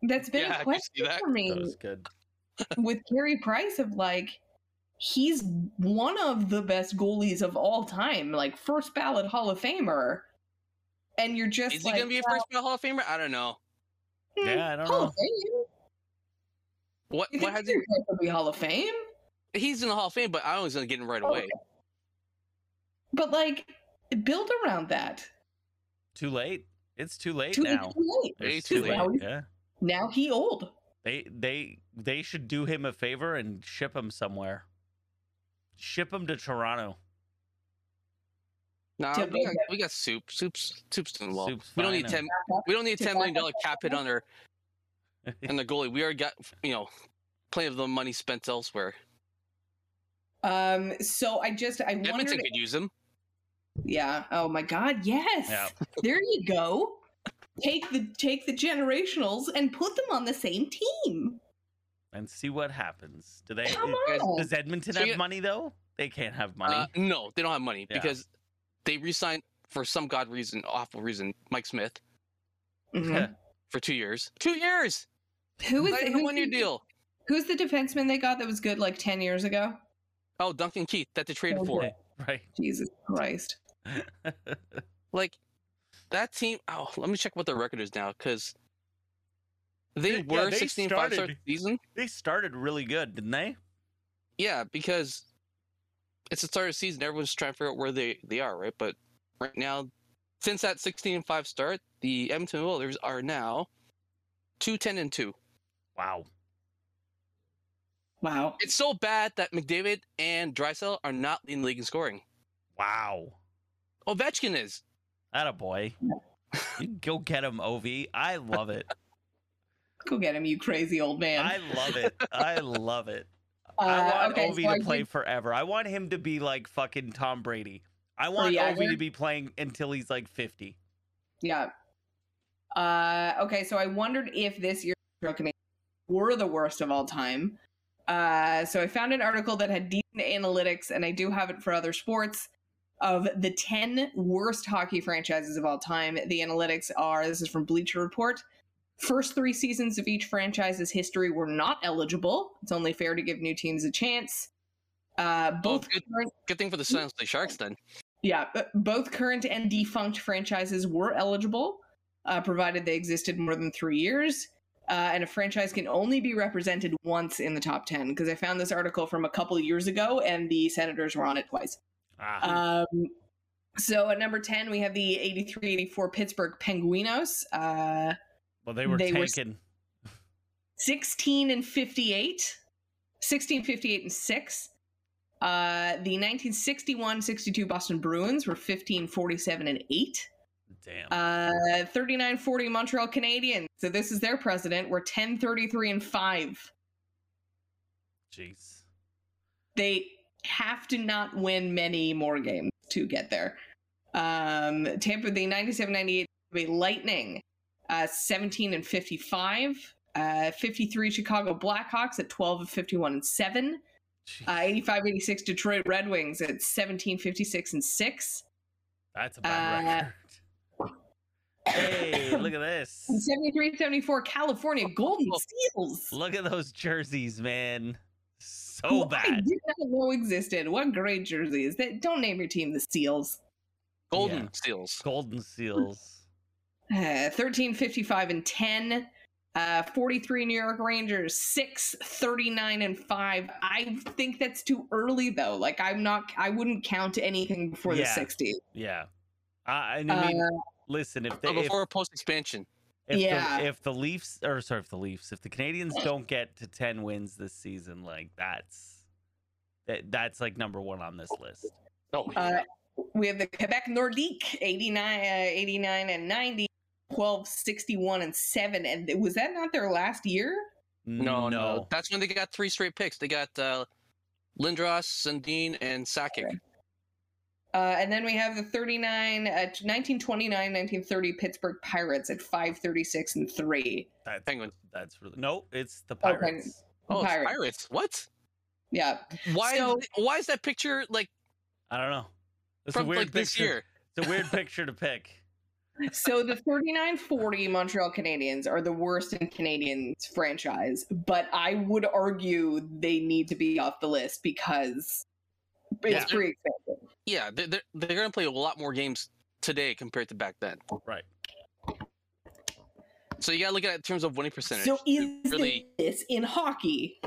Speaker 2: That's been
Speaker 5: Yeah, I
Speaker 2: a
Speaker 5: can see
Speaker 2: question
Speaker 5: that.
Speaker 2: for me.
Speaker 4: That
Speaker 5: *laughs*
Speaker 4: was good.
Speaker 2: with Carey Price of like he's one of the best goalies of all time, like first ballot Hall of Famer. And you're just
Speaker 5: Is he
Speaker 2: like,
Speaker 5: gonna be a first ballot Hall of Famer? I don't know.
Speaker 2: hmm,
Speaker 4: Yeah, I don't
Speaker 2: Hall
Speaker 4: know.
Speaker 2: of Fame.
Speaker 5: What
Speaker 2: You
Speaker 5: what
Speaker 2: think
Speaker 5: has
Speaker 2: Carey
Speaker 5: he?
Speaker 2: Price will be Hall of Fame?
Speaker 5: He's in the Hall of Fame, but I was gonna get him right
Speaker 2: Oh,
Speaker 5: away.
Speaker 2: But like build around that.
Speaker 4: Too late. It's too late
Speaker 2: Too late,
Speaker 4: now.
Speaker 2: too late.
Speaker 5: Way
Speaker 4: It's
Speaker 5: too
Speaker 4: too
Speaker 2: late.
Speaker 4: late. Yeah.
Speaker 2: Now he old.
Speaker 4: They they they should do him a favor and ship him somewhere. Ship him to Toronto.
Speaker 5: Nah,
Speaker 2: To
Speaker 5: we got,
Speaker 2: build
Speaker 5: we got soup. Soup's soup's doing well.
Speaker 4: Soup's
Speaker 5: we don't
Speaker 4: fine,
Speaker 5: need
Speaker 4: uh,
Speaker 5: ten. We don't need
Speaker 2: To
Speaker 5: ten million
Speaker 2: back
Speaker 5: dollar cap hit on our
Speaker 4: *laughs*
Speaker 5: and the goalie. We already got you know plenty of the money spent elsewhere.
Speaker 2: Um so I just I
Speaker 5: Edmonton
Speaker 2: wondered
Speaker 5: could use him.
Speaker 2: Yeah. Oh my god, yes.
Speaker 4: Yeah.
Speaker 2: *laughs* There you go. Take the take the generationals and put them on the same team.
Speaker 4: and see what happens. Do they?
Speaker 2: Come
Speaker 5: guys,
Speaker 2: on.
Speaker 4: *laughs* Does Edmonton
Speaker 5: So
Speaker 4: have
Speaker 5: you-
Speaker 4: money though? They can't have money.
Speaker 5: Uh, no, they don't have money
Speaker 4: Yeah.
Speaker 5: because they re-signed for some god reason, awful reason, Mike Smith
Speaker 2: Mhm.
Speaker 5: for two years. Two years.
Speaker 2: Who is
Speaker 5: Not
Speaker 2: the-
Speaker 5: even a
Speaker 2: who's
Speaker 5: one-year
Speaker 2: the-
Speaker 5: deal.
Speaker 2: Who's the defenseman they got that was good like ten years ago?
Speaker 5: Oh, Duncan Keith that they traded
Speaker 2: Okay.
Speaker 4: *laughs*
Speaker 5: for.
Speaker 4: *laughs* right.
Speaker 2: Jesus Christ!
Speaker 5: Like that team. Oh, let me check what their record is now because they
Speaker 4: Yeah,
Speaker 5: were
Speaker 4: they
Speaker 5: 16 five star
Speaker 4: started-
Speaker 5: season.
Speaker 4: they started really good, didn't they?
Speaker 5: Yeah, because it's the start of the season. Everyone's trying to figure out where they they are, right? But right now, since that 16 and five start, the Edmonton Oilers are now two ten and two.
Speaker 4: Wow.
Speaker 2: Wow.
Speaker 5: It's so bad that McDavid and Drysdale are not leading the league in scoring.
Speaker 4: Wow.
Speaker 5: Ovechkin is.
Speaker 4: That a boy. You go get him, Ovi. I
Speaker 2: *laughs*
Speaker 4: love it.
Speaker 2: Go get him, you crazy old man.
Speaker 4: I love it. I love it. I
Speaker 2: *laughs* Uh,
Speaker 4: want
Speaker 2: okay,
Speaker 4: Ovi
Speaker 2: so I
Speaker 4: to play
Speaker 2: did-
Speaker 4: forever. I want him to be like fucking Tom Brady. I want
Speaker 2: Oh, yeah,
Speaker 4: Ovi to
Speaker 2: we're-
Speaker 4: be playing until he's like 50.
Speaker 2: yeah. Uh, okay, so I wondered if this year's Canadians were the worst of all time. Uh, so I found an article that had decent analytics, and I do have it for other sports. Of the 10 worst hockey franchises of all time, the analytics are this is from Bleacher Report. First three seasons of each franchise's history were not eligible. It's only fair to give new teams a chance. Uh, both
Speaker 5: good.
Speaker 2: current
Speaker 5: Good thing for the San Jose Sharks then.
Speaker 2: yeah, but both current and defunct franchises were eligible, uh, provided they existed more than three years. Uh, and a franchise can only be represented once in the top 10. Because I found this article from a couple years ago, and the Senators were on it twice.
Speaker 4: Ah,
Speaker 2: Um, so at number 10, we have the 83 84 Pittsburgh Penguinos, uh,
Speaker 4: well, they were
Speaker 2: they were-
Speaker 4: taken.
Speaker 2: 16 and 58, 16, 58, and 6. Uh, the 1961 62 Boston Bruins were 15, 47, and 8.
Speaker 4: Damn.
Speaker 2: Uh, 3940 Montreal Canadiens. So this is their president. We're 1033 and 5.
Speaker 4: Jeez.
Speaker 2: They have to not win many more games to get there. Um, Tampa, the 9798 Bay Lightning, uh, 17 and 55. Uh, 53 Chicago Blackhawks at 12 and 51 and 7.
Speaker 4: Jeez.
Speaker 2: Uh, 85 86 Detroit Red Wings at 17 56 and 6.
Speaker 4: That's a bad
Speaker 2: uh,
Speaker 4: record. *laughs* Hey, look at this.
Speaker 2: *laughs* And 73 74 California Golden
Speaker 5: Oh.
Speaker 2: Seals.
Speaker 4: Look at those jerseys, man. So
Speaker 2: who I
Speaker 4: Oh, bad.
Speaker 2: did not know existed. What great jerseys! That don't name your team the Seals.
Speaker 5: Golden
Speaker 4: Yeah.
Speaker 5: Seals.
Speaker 4: Golden Seals.
Speaker 2: Uh, Thirteen fifty-five and ten. Uh, 43 New York Rangers, 6, 39, and 5. I think that's too early, though. Like, I'm not, I wouldn't count anything before
Speaker 4: Yeah.
Speaker 2: the 60s.
Speaker 4: Yeah. I, I
Speaker 2: Uh,
Speaker 4: mean, listen, if they
Speaker 5: Uh,
Speaker 4: if,
Speaker 5: before post expansion.
Speaker 4: if,
Speaker 2: yeah.
Speaker 4: the, if the Leafs or sorry, if the Leafs, if
Speaker 2: *laughs*
Speaker 4: the Canadians don't get to ten wins this season, like that's that, that's like number one on this list.
Speaker 5: Oh,
Speaker 2: Uh, we have the Quebec Nordique, 89, uh, 89 and 90, 12, 61, and 7. And was that not their last year?
Speaker 5: no, no, That's when they got three straight picks. They got uh, Lindros, Sundin, and Sakic.
Speaker 2: Uh, and then we have the 39, uh, 1929, 1930 Pittsburgh Pirates at 536 and 3.
Speaker 4: that's,
Speaker 5: Penguins.
Speaker 4: That's really no. It's the
Speaker 2: Penguins.
Speaker 4: Pirates.
Speaker 5: Oh, it's
Speaker 2: Pirates.
Speaker 5: Pirates. What?
Speaker 2: Yeah.
Speaker 5: Why?
Speaker 2: So-
Speaker 5: is, why is that picture like
Speaker 4: I don't know. It's a
Speaker 5: from
Speaker 4: weird
Speaker 5: like this
Speaker 4: picture.
Speaker 5: year? *laughs*
Speaker 4: It's a weird picture to pick.
Speaker 2: so the 3940 Montreal Canadiens are the worst in Canadians franchise, but I would argue they need to be off the list because it's
Speaker 5: Yeah.
Speaker 2: pretty expensive.
Speaker 5: Yeah, they're, they're, they're going to play a lot more games today compared to back then.
Speaker 4: Right.
Speaker 5: So you got to look at it in terms of winning percentage.
Speaker 2: So is
Speaker 5: really-
Speaker 2: this in hockey?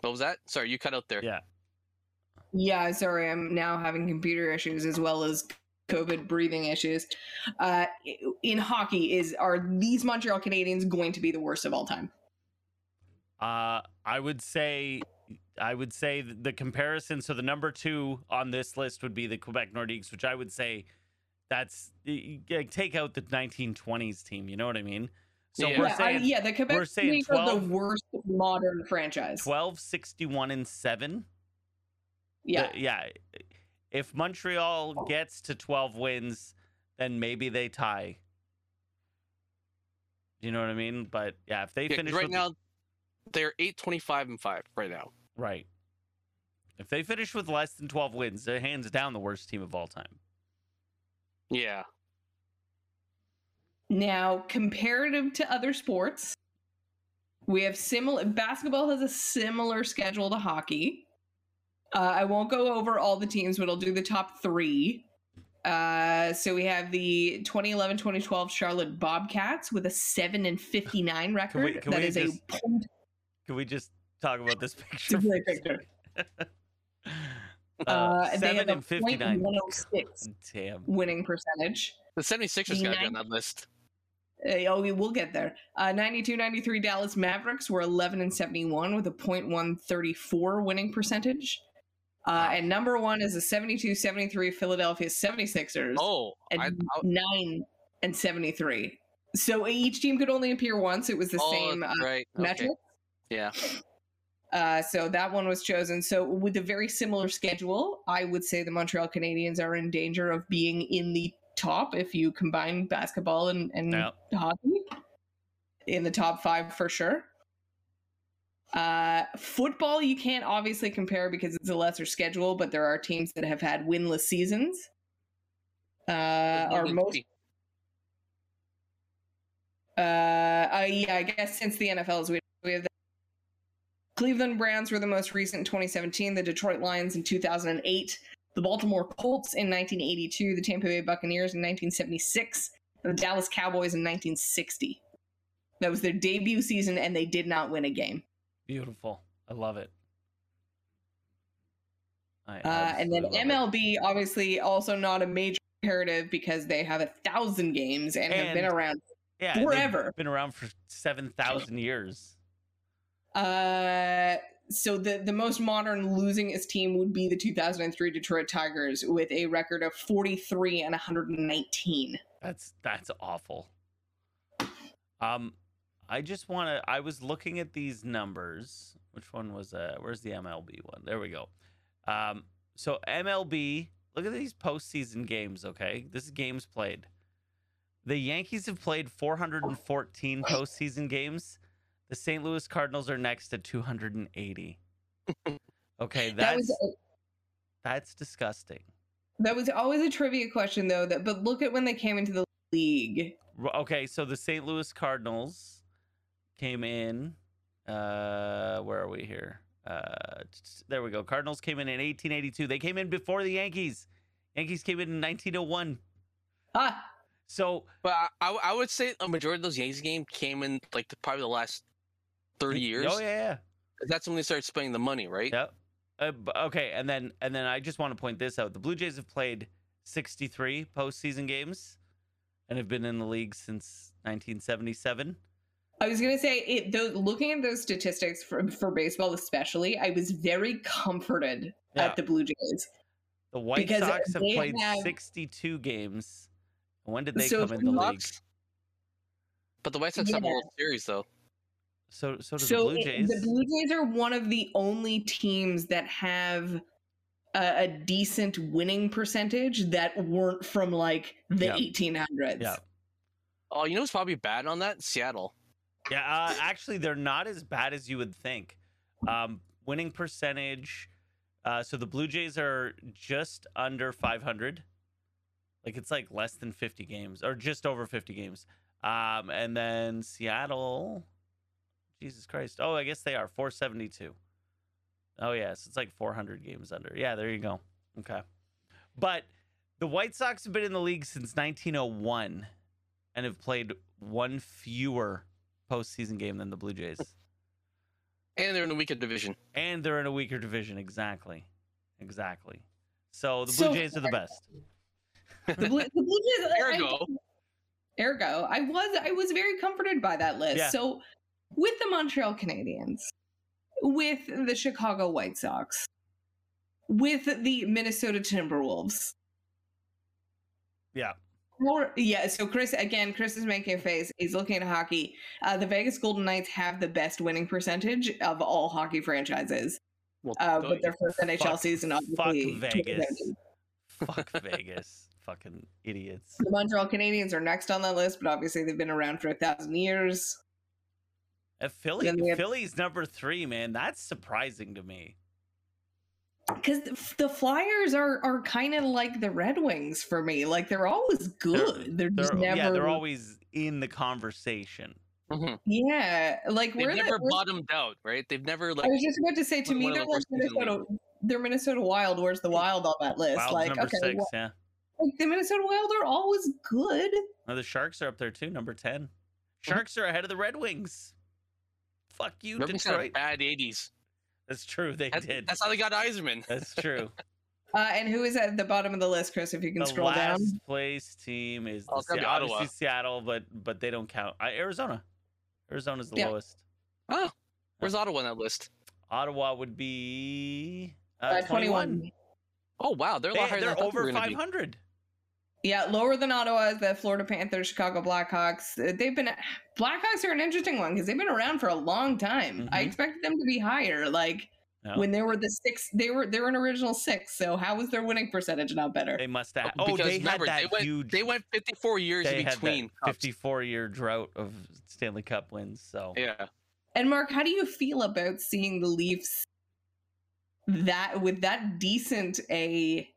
Speaker 5: what was that? Sorry, you cut out there.
Speaker 4: Yeah.
Speaker 2: Yeah, sorry, I'm now having computer issues as well as COVID breathing issues. Uh, in hockey, is are these Montreal Canadiens going to be the worst of all time?
Speaker 4: Uh, I would say, I would say th- the comparison. So the number two on this list would be the Quebec Nordiques, which I would say that's y- y- take out the 1920s team. You know what I mean? So
Speaker 5: Yeah.
Speaker 4: we're
Speaker 2: yeah, I-
Speaker 4: saying
Speaker 2: yeah, the Quebec
Speaker 4: we're saying
Speaker 2: Canadiens are
Speaker 4: 12
Speaker 2: the worst modern franchise.
Speaker 4: 12, 61, and seven.
Speaker 2: yeah,
Speaker 4: The- yeah. If Montreal gets to 12 wins, then maybe they tie. You know what I mean? But yeah, if they
Speaker 5: Yeah, 'cause
Speaker 4: finish
Speaker 5: right
Speaker 4: with-
Speaker 5: now, they're 825 and 5 right now.
Speaker 4: Right. If they finish with less than 12 wins, they're hands down the worst team of all time.
Speaker 5: Yeah.
Speaker 2: Now, comparative to other sports, we have similar basketball has a similar schedule to hockey. Uh, I won't go over all the teams, but I'll do the top three. Uh, so we have the 2011-2012 Charlotte Bobcats with a seven and 59 record.
Speaker 4: we- can
Speaker 2: that
Speaker 4: we
Speaker 2: is
Speaker 4: just-
Speaker 2: a point
Speaker 4: Can we just talk about this picture?
Speaker 2: It's a great
Speaker 4: for a
Speaker 2: picture.
Speaker 4: second? uh,
Speaker 2: uh, they have
Speaker 4: 7
Speaker 2: a
Speaker 4: and 59.
Speaker 2: 0.106
Speaker 4: Damn.
Speaker 2: winning percentage.
Speaker 5: The 76ers
Speaker 2: The
Speaker 5: got to be
Speaker 2: nine-
Speaker 5: on that list.
Speaker 2: Uh, oh, we will get there. Uh, 92 93 Dallas Mavericks were 11 and 71 with a .134 winning percentage. Uh, and number one is the 72 73 Philadelphia 76ers
Speaker 5: Oh,
Speaker 2: and
Speaker 5: I, I,
Speaker 2: 9 and 73. So uh, each team could only appear once. It was the
Speaker 5: oh,
Speaker 2: same uh,
Speaker 5: that's right. okay,
Speaker 2: metric.
Speaker 5: Yeah.
Speaker 2: Uh, so that one was chosen. So with a very similar schedule, I would say the Montreal Canadiens are in danger of being in the top if you combine basketball and, and
Speaker 4: No.
Speaker 2: hockey in the top five for sure. Uh, football you can't obviously compare because it's a lesser schedule, but there are teams that have had winless seasons. Uh,
Speaker 5: Golden
Speaker 2: or most
Speaker 5: State.
Speaker 2: uh, uh, yeah, I guess since the NFLs, we, we have the Cleveland Browns were the most recent in 2017, the Detroit Lions in 2008, the Baltimore Colts in 1982, the Tampa Bay Buccaneers in 1976, and the Dallas Cowboys in 1960. That was their debut season, and they did not win a game.
Speaker 4: Beautiful. I love it. I
Speaker 2: Uh, and then
Speaker 4: absolutely love it.
Speaker 2: MLB, obviously, also not a major imperative because they have a thousand games and, have been
Speaker 4: And-
Speaker 2: around.
Speaker 4: Yeah, they've
Speaker 2: forever.
Speaker 4: Been around for 7,000 years.
Speaker 2: Uh, so the the most modern losingest team would be the 2003 Detroit Tigers with a record of 43 and 119.
Speaker 4: That's that's awful. Um, I just want to. I was looking at these numbers. Which one was? Uh, where's the MLB one? There we go. Um, so MLB. Look at these postseason games. Okay, this is games played. The Yankees have played 414 postseason games. The St. Louis Cardinals are next at 280. Okay, that's
Speaker 2: that was
Speaker 4: that's disgusting.
Speaker 2: that was always a trivia question though. That but look at when they came into the league.
Speaker 4: R- Okay, so the St. Louis Cardinals came in. Uh, where are we here? Uh, t- t- there we go. Cardinals came in in 1882. They came in before the Yankees. Yankees came in in 1901.
Speaker 2: Ah,
Speaker 4: So
Speaker 5: But I, I, w- I would say a majority of those Yankees games came in like the, probably the last 30 years.
Speaker 4: Oh yeah,
Speaker 5: 'Cause That's when they started spending the money, right?
Speaker 4: yeah. Yep. Uh, b- okay, and then and then I just want to point this out. The Blue Jays have played 63 postseason games, and have been in the league since 1977.
Speaker 2: I was gonna say it. Though looking at those statistics for for baseball especially, I was very comforted
Speaker 4: Yeah.
Speaker 2: at the Blue Jays.
Speaker 4: The White
Speaker 2: Because
Speaker 4: Sox have
Speaker 2: they
Speaker 4: played
Speaker 2: have-
Speaker 4: 62 games. When did they
Speaker 2: So
Speaker 4: come
Speaker 2: if
Speaker 4: in
Speaker 2: you
Speaker 4: the league?
Speaker 5: Bucks. But the White Sox have a
Speaker 2: Yeah.
Speaker 5: World Series though.
Speaker 4: So so do
Speaker 2: so
Speaker 4: the Blue
Speaker 2: it-
Speaker 4: Jays.
Speaker 2: the Blue Jays are one of the only teams that have a, a decent winning percentage that weren't from like the
Speaker 4: Yeah.
Speaker 2: 1800s.
Speaker 4: Yeah.
Speaker 5: Oh, you know who's probably bad on that? Seattle.
Speaker 4: Yeah, uh, actually, they're not as bad as you would think. Um, winning percentage. Uh, so the Blue Jays are just under 500. Like it's like less than 50 games or just over 50 games. Um, and then Seattle, Jesus Christ. Oh, I guess they are 472. Oh, yes. it's like 400 games under. Yeah, there you go. Okay. But the White Sox have been in the league since 1901 and have played one fewer postseason game than the Blue Jays.
Speaker 5: And they're in a weaker division. *laughs*
Speaker 4: And they're in a weaker division. Exactly. Exactly. So the Blue
Speaker 2: So
Speaker 4: Jays are the best.
Speaker 2: The Blue, the Blue Jays. I- I-
Speaker 5: Ergo.
Speaker 2: ergo, I was I was very comforted by that list.
Speaker 4: Yeah.
Speaker 2: So, with the Montreal Canadiens, with the Chicago White Sox, with the Minnesota Timberwolves.
Speaker 4: Yeah.
Speaker 2: Or, yeah, so Chris again, Chris is making a face. He's looking at hockey. Uh, the Vegas Golden Knights have the best winning percentage of all hockey franchises.
Speaker 5: Well,
Speaker 2: uh,
Speaker 5: go-
Speaker 2: with their first NHL
Speaker 4: Fuck-
Speaker 2: season.
Speaker 4: Fuck
Speaker 2: Obviously,
Speaker 4: Vegas. Fuck
Speaker 2: *laughs*
Speaker 4: Vegas. Fucking idiots.
Speaker 2: The Montreal Canadiens are next on that list, but obviously they've been around for a thousand years.
Speaker 4: Uh, Philly,
Speaker 2: Then we have-
Speaker 4: Philly's number three, man. That's surprising to me.
Speaker 2: Because the Flyers are are kind of like the Red Wings for me. Like they're always good. They're, just
Speaker 4: They're,
Speaker 2: never.
Speaker 4: Yeah, they're always in the conversation.
Speaker 5: Mhm.
Speaker 2: Yeah, like
Speaker 5: They've
Speaker 2: we're the-
Speaker 5: never
Speaker 2: we're-
Speaker 5: bottomed out, right? They've never like
Speaker 2: I was just about to say to
Speaker 5: one
Speaker 2: me
Speaker 5: of the
Speaker 2: they're like
Speaker 5: worst teams in the
Speaker 2: Minnesota. They're Minnesota Wild. Where's the Wild on that list?
Speaker 4: Wild's
Speaker 2: like
Speaker 4: number
Speaker 2: okay,
Speaker 4: six,
Speaker 2: well,
Speaker 4: yeah.
Speaker 2: like, the Minnesota Wild are always good.
Speaker 4: No, the Sharks are up there too, number ten.
Speaker 2: Uh-huh.
Speaker 4: Sharks are ahead of the Red Wings. Fuck you,
Speaker 5: Red Wings had a
Speaker 4: Detroit.
Speaker 5: bad '80s.
Speaker 4: That's true. They
Speaker 5: That-
Speaker 4: did.
Speaker 5: That's how they got Eiserman.
Speaker 4: That's true.
Speaker 2: Uh, and who is at the bottom of the list, Chris? If you can
Speaker 4: the
Speaker 2: scroll
Speaker 4: last
Speaker 2: down.
Speaker 4: place team is
Speaker 5: Oh,
Speaker 4: the
Speaker 5: it's gotta
Speaker 4: Se-
Speaker 5: be
Speaker 4: obviously
Speaker 5: Ottawa.
Speaker 4: Seattle, but but they don't count. Uh, Arizona. Arizona's the
Speaker 2: Yeah.
Speaker 4: lowest.
Speaker 5: Oh, where's Ottawa on that list?
Speaker 4: Ottawa would be uh,
Speaker 2: Uh,
Speaker 4: 21.
Speaker 5: Oh wow, they're a
Speaker 4: They,
Speaker 5: lot higher than I
Speaker 4: they're
Speaker 5: thought they
Speaker 4: over
Speaker 5: were gonna be.
Speaker 4: 500.
Speaker 2: Yeah, lower than Ottawa is the Florida Panthers, Chicago Blackhawks. Uh, They've been Blackhawks are an interesting one because they've been around for a long time. I
Speaker 4: Mhm.
Speaker 2: expected them to be higher, like
Speaker 4: No.
Speaker 2: when they were the six. They were they were an original six. So how was their winning percentage not better?
Speaker 4: They must have.
Speaker 5: Oh,
Speaker 4: Oh,
Speaker 5: because
Speaker 4: they
Speaker 5: remember,
Speaker 4: had
Speaker 5: they
Speaker 4: that
Speaker 5: went-
Speaker 4: huge.
Speaker 5: They went 54 years
Speaker 4: they
Speaker 5: in
Speaker 4: had that
Speaker 5: between. cups.
Speaker 4: 54 year drought of Stanley Cup wins. So
Speaker 5: Yeah.
Speaker 2: And Mark, how do you feel about seeing the Leafs that with that decent a,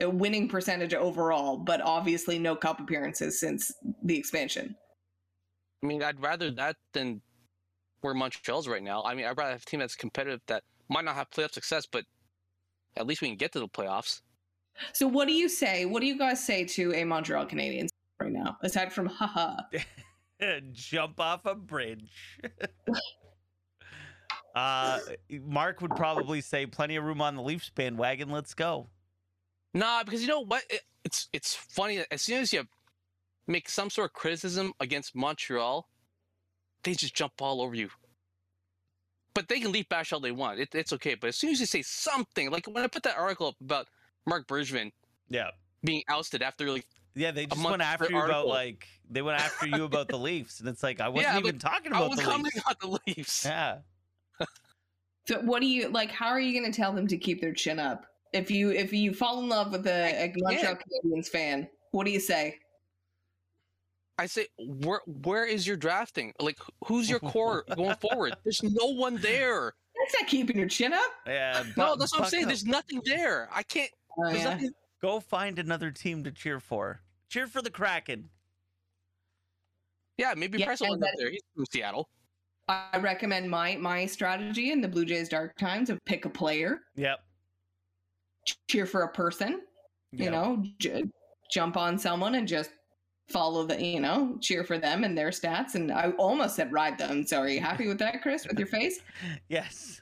Speaker 2: a winning percentage overall, but obviously no cup appearances since the expansion?
Speaker 5: I mean, I'd rather that than where Montreal's right now. I mean, I'd rather have a team that's competitive that might not have playoff success, but at least we can get to the playoffs.
Speaker 2: So what do you say? What do you guys say to a Montreal Canadiens right now? Aside from haha.
Speaker 4: *laughs* jump off
Speaker 2: *laughs*
Speaker 4: a bridge. uh, Mark would probably say, "Plenty of room on the Leafs bandwagon. Let's go."
Speaker 5: Nah, because you know what? It, it's it's funny. that As soon as you make some sort of criticism against Montreal, they just jump all over you. But they can leap bash all they want. It, it's okay. But as soon as you say something, like when I put that article up about Mark Bergman
Speaker 4: Yeah,
Speaker 5: being ousted after like
Speaker 4: yeah. They just
Speaker 5: month
Speaker 4: went after
Speaker 5: per
Speaker 4: you about
Speaker 5: article.
Speaker 4: like they went after you about the Leafs, and it's like I wasn't
Speaker 5: Yeah,
Speaker 4: even talking
Speaker 5: I
Speaker 4: about
Speaker 5: was
Speaker 4: the Leafs. *laughs*
Speaker 5: commenting on the Leafs.
Speaker 4: Yeah,
Speaker 2: So what do you like? How are you going to tell them to keep their chin up if you if you fall in love with a, a Montreal Canadiens fan? What do you say?
Speaker 5: I say, where where is your drafting? Like, wh- who's your core going
Speaker 2: *laughs*
Speaker 5: forward? There's no one there.
Speaker 2: That's not keeping your chin up.
Speaker 4: yeah.
Speaker 5: No,
Speaker 4: bu-
Speaker 5: that's what I'm
Speaker 4: buck
Speaker 5: saying.
Speaker 4: up.
Speaker 5: There's nothing there. I can't.
Speaker 2: Oh,
Speaker 5: There's
Speaker 2: yeah.
Speaker 5: nothing.
Speaker 4: Go find another team to cheer for. Cheer for the Kraken.
Speaker 5: Yeah, maybe
Speaker 2: Yeah,
Speaker 5: Press
Speaker 2: and
Speaker 5: will end up
Speaker 2: that-
Speaker 5: there. He's from Seattle.
Speaker 2: I recommend my my strategy in the Blue Jays dark times of pick a player,
Speaker 4: Yep.
Speaker 2: cheer for a person, you
Speaker 4: Yep.
Speaker 2: know, j- jump on someone and just follow the you know cheer for them and their stats. And I almost said ride them. So are you happy with that, Chris, with your face?
Speaker 4: Yes.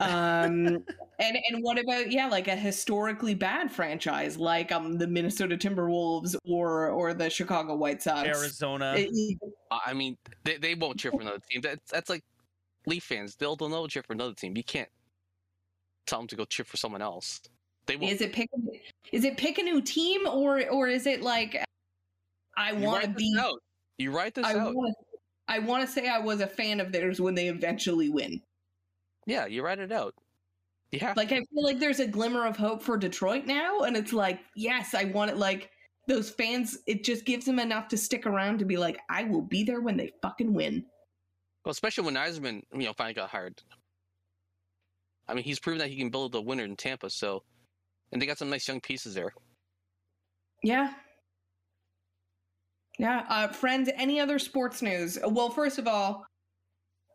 Speaker 2: um and and what about yeah like a historically bad franchise like um the minnesota timberwolves or or the chicago white sox
Speaker 4: Arizona.
Speaker 2: It- it-
Speaker 5: I I mean, they, they won't cheer for another team. That's that's like Leaf fans. They'll they'll know cheer for another team. You can't tell them to go cheer for someone else. They won't.
Speaker 2: is it pick is it pick a new team or or is it like i
Speaker 5: you
Speaker 2: want to
Speaker 5: write
Speaker 2: be
Speaker 5: this out. You write this
Speaker 2: i
Speaker 5: out.
Speaker 2: want to i want to say i was a fan of theirs when they eventually win
Speaker 5: Yeah, you write it out. You have
Speaker 2: like i feel like there's a glimmer of hope for detroit now and it's like yes i want it like those fans it just gives them enough to stick around to be like i will be there when they fucking win
Speaker 5: Well, especially when Eiserman, you know, finally got hired. I mean, he's proven that he can build a winner in Tampa. So, and they got some nice young pieces there.
Speaker 2: Yeah. Yeah. Uh, friends, any other sports news? Well, first of all,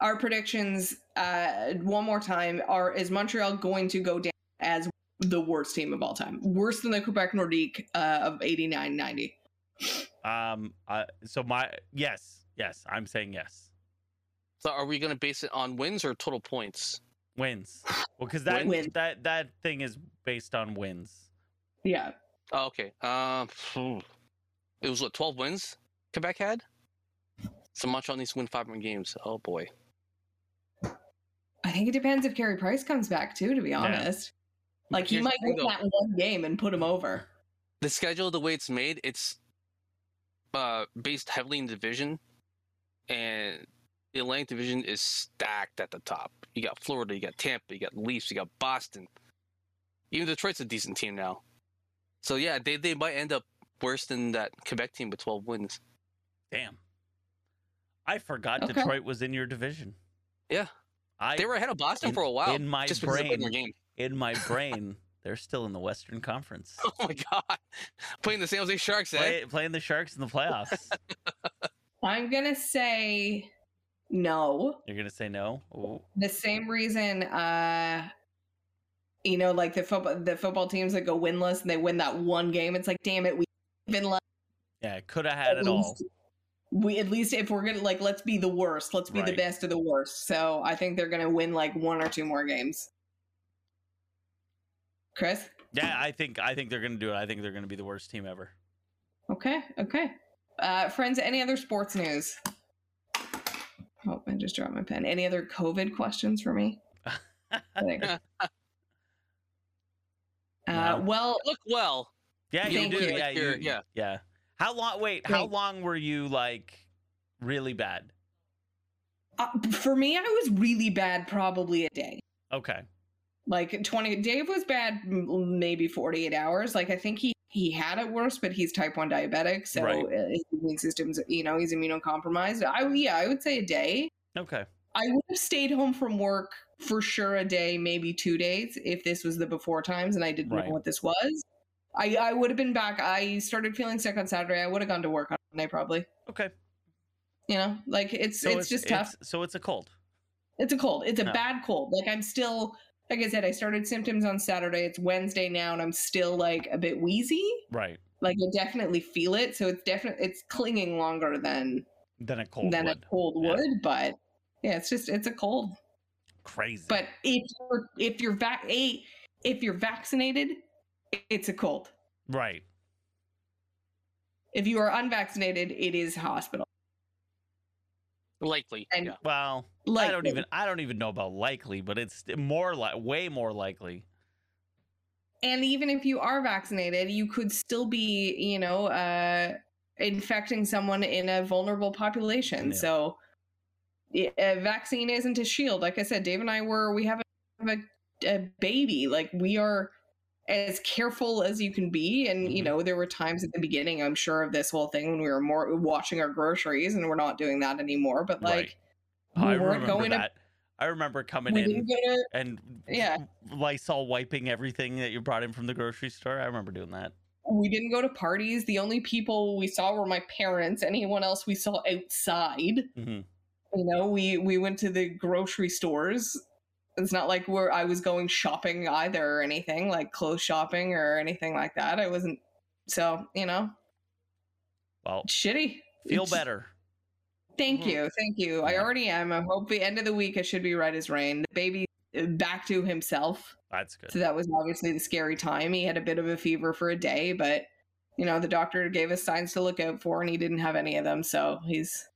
Speaker 2: our predictions, uh, one more time, are is Montreal going to go down as the worst team of all time? Worse than the Quebec Nordique uh, of 89 90.
Speaker 4: Um. Uh, so my yes, yes, I'm saying yes.
Speaker 5: So are we going to base it on wins or total points?
Speaker 4: Wins. Well, because that
Speaker 2: Wins.
Speaker 4: that that thing is based on wins.
Speaker 2: Yeah.
Speaker 5: Oh, okay. Um, phew. it was what twelve wins Quebec had. So Montreal needs to win five more games. Oh boy.
Speaker 2: I think it depends if Carey Price comes back, too, to be honest. Like, he
Speaker 5: Here's the
Speaker 2: might
Speaker 5: thing,
Speaker 2: win
Speaker 5: though.
Speaker 2: that one game and put him over.
Speaker 5: The schedule, the way it's made, it's uh based heavily in division, and the Atlantic Division is stacked at the top. You got Florida, you got Tampa, you got Leafs, you got Boston. Even Detroit's a decent team now. So yeah, they they might end up worse than that Quebec team with twelve wins.
Speaker 4: Damn. I forgot
Speaker 2: Okay.
Speaker 4: Detroit was in your division.
Speaker 5: Yeah.
Speaker 4: I
Speaker 5: They were ahead of Boston
Speaker 4: in-
Speaker 5: for a while.
Speaker 4: in my
Speaker 5: just because they
Speaker 4: brain-
Speaker 5: played their game. *laughs*
Speaker 4: in my brain. They're still in the Western Conference.
Speaker 5: Oh my god, playing the San Jose Sharks, eh?
Speaker 4: Play, playing the Sharks in the playoffs.
Speaker 2: I'm going to say no.
Speaker 4: You're gonna say no? Ooh.
Speaker 2: the same reason uh you know like the football the football teams that go winless and they win that one game it's like damn it we been left
Speaker 4: Yeah, could have had it all.
Speaker 2: we at least if we're gonna like let's be the worst let's be the
Speaker 4: Right.
Speaker 2: best of the worst so i think they're gonna win like one or two more games chris
Speaker 4: Yeah, I think I think they're gonna do it. I think they're gonna be the worst team ever. *laughs*
Speaker 2: okay okay uh friends any other sports news oh i just dropped my pen any other covid questions for me I think. uh,
Speaker 4: No.
Speaker 2: well
Speaker 5: Look well.
Speaker 4: yeah,
Speaker 5: You
Speaker 4: you do.
Speaker 5: look
Speaker 4: Yeah,
Speaker 5: like you're-
Speaker 4: you-
Speaker 5: yeah.
Speaker 4: yeah. How long? Wait, how
Speaker 2: Wait.
Speaker 4: long were you like really bad?
Speaker 2: Uh, for me, I was really bad probably a day.
Speaker 4: Okay.
Speaker 2: Like 20, Dave was bad m- maybe 48 hours. Like I think he, he had it worse, but he's type 1 diabetic. So
Speaker 4: Right.
Speaker 2: uh, his immune system's, you know, he's immunocompromised. I, yeah, I would say a day.
Speaker 4: Okay.
Speaker 2: I would have stayed home from work for sure a day, maybe two days, if this was the before times and I didn't
Speaker 4: Right.
Speaker 2: know what this was. I, I would have been back. I started feeling sick on Saturday. I would have gone to work on Monday probably.
Speaker 4: Okay.
Speaker 2: You know, like it's it's, just tough.
Speaker 4: it's- so it's a cold.
Speaker 2: It's a cold. It's a
Speaker 4: Yeah.
Speaker 2: bad cold. Like I'm still, like I said, I started symptoms on Saturday. It's Wednesday now, and I'm still like a bit wheezy.
Speaker 4: Right.
Speaker 2: Like I definitely feel it. So it's definitely it's clinging longer than
Speaker 4: Then a cold
Speaker 2: than
Speaker 4: would.
Speaker 2: a cold
Speaker 4: Yeah.
Speaker 2: would. But yeah, it's just it's a cold.
Speaker 4: Crazy.
Speaker 2: But if you're if you're vac a if you're vaccinated, it's a cold.
Speaker 4: right.
Speaker 2: If you are unvaccinated, it is hospital.
Speaker 5: Likely.
Speaker 2: And-
Speaker 5: yeah.
Speaker 4: Well,
Speaker 2: Like
Speaker 4: I don't even I don't even know about likely, but it's st- more like way more likely.
Speaker 2: and even if you are vaccinated you could still be you know uh infecting someone in a vulnerable population
Speaker 4: Yeah.
Speaker 2: so i- a vaccine isn't a shield like i said dave and i were we have a, have a, a baby like we are as careful as you can be and you
Speaker 4: Mhm.
Speaker 2: know there were times at the beginning i'm sure of this whole thing when we were more washing our groceries and we're not doing that anymore but like
Speaker 4: Oh, I
Speaker 2: we weren't
Speaker 4: remember
Speaker 2: going to-
Speaker 4: that. I remember coming
Speaker 2: we
Speaker 4: in
Speaker 2: didn't go to
Speaker 4: and
Speaker 2: Yeah.
Speaker 4: Lysol wiping everything that you brought in from the grocery store. I remember doing that.
Speaker 2: we didn't go to parties the only people we saw were my parents anyone else we saw outside
Speaker 4: hmm
Speaker 2: you know we we went to the grocery stores it's not like where i was going shopping either or anything like clothes shopping or anything like that i wasn't so you know
Speaker 4: Well,
Speaker 2: shitty
Speaker 4: feel
Speaker 2: It's-
Speaker 4: better.
Speaker 2: thank you thank you i
Speaker 4: Yeah.
Speaker 2: already am i hope the end of the week i should be right as rain the baby uh, back to himself
Speaker 4: That's good.
Speaker 2: so that was obviously the scary time he had a bit of a fever for a day but you know the doctor gave us signs to look out for and he didn't have any of them so he's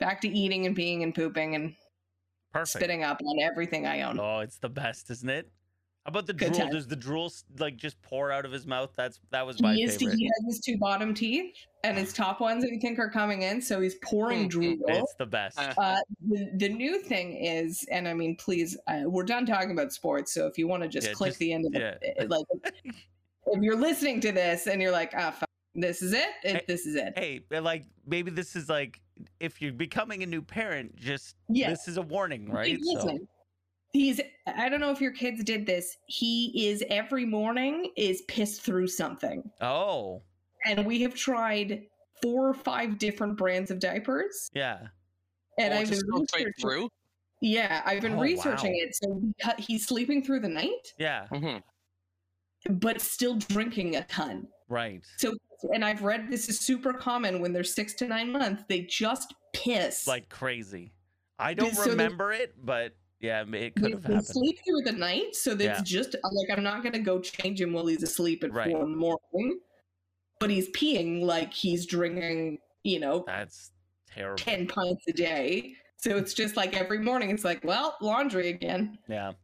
Speaker 2: back to eating and peeing and pooping and
Speaker 4: Perfect.
Speaker 2: spitting up on everything I own.
Speaker 4: Oh, it's the best, isn't it? How about the
Speaker 2: Good
Speaker 4: drool?
Speaker 2: time.
Speaker 4: Does the drool s- like just pour out of his mouth? That's that was my
Speaker 2: he, is, he
Speaker 4: favorite.
Speaker 2: has his two bottom teeth, and his top ones I think are coming in, so he's pouring drool.
Speaker 4: Hmm, It's the best.
Speaker 5: Uh,
Speaker 2: Uh, the, the new thing is, and I mean, please, uh, we're done talking about sports. So if you want to just
Speaker 4: Yeah,
Speaker 2: click
Speaker 4: just-
Speaker 2: the end of
Speaker 4: yeah.
Speaker 2: it, like if you're listening to this and you're like, ah, fuck, this is it, it
Speaker 4: Hey-
Speaker 2: this is it.
Speaker 4: *laughs* hey, but, like maybe this is like if you're becoming a new parent, just
Speaker 2: Yeah.
Speaker 4: this is a warning, right?
Speaker 2: He's listening. He's. I don't know if your kids did this. He is every morning is pissed through something.
Speaker 4: oh,
Speaker 2: and we have tried four or five different brands of diapers.
Speaker 4: Yeah.
Speaker 2: And
Speaker 5: Oh,
Speaker 2: I've been
Speaker 5: just go straight
Speaker 2: researching.
Speaker 5: through.
Speaker 2: Yeah, I've been
Speaker 4: Oh,
Speaker 2: researching
Speaker 4: wow.
Speaker 2: it. So we cut- he's sleeping through the night,
Speaker 4: Yeah.
Speaker 5: Mhm.
Speaker 2: but still drinking a ton.
Speaker 4: Right.
Speaker 2: So, and I've read this is super common when they're six to nine months. They just piss.
Speaker 4: Like crazy. I don't
Speaker 2: So the-
Speaker 4: remember it, but yeah, it could
Speaker 2: they,
Speaker 4: have
Speaker 2: they
Speaker 4: happened.
Speaker 2: sleep through the night, so that's
Speaker 4: Yeah.
Speaker 2: just I'm like I'm not gonna go change him while he's asleep at
Speaker 4: Right.
Speaker 2: four in the morning. But he's peeing like he's drinking, you know,
Speaker 4: That's terrible.
Speaker 2: ten pints a day. So it's just like every morning, it's like, well, laundry again.
Speaker 4: Yeah.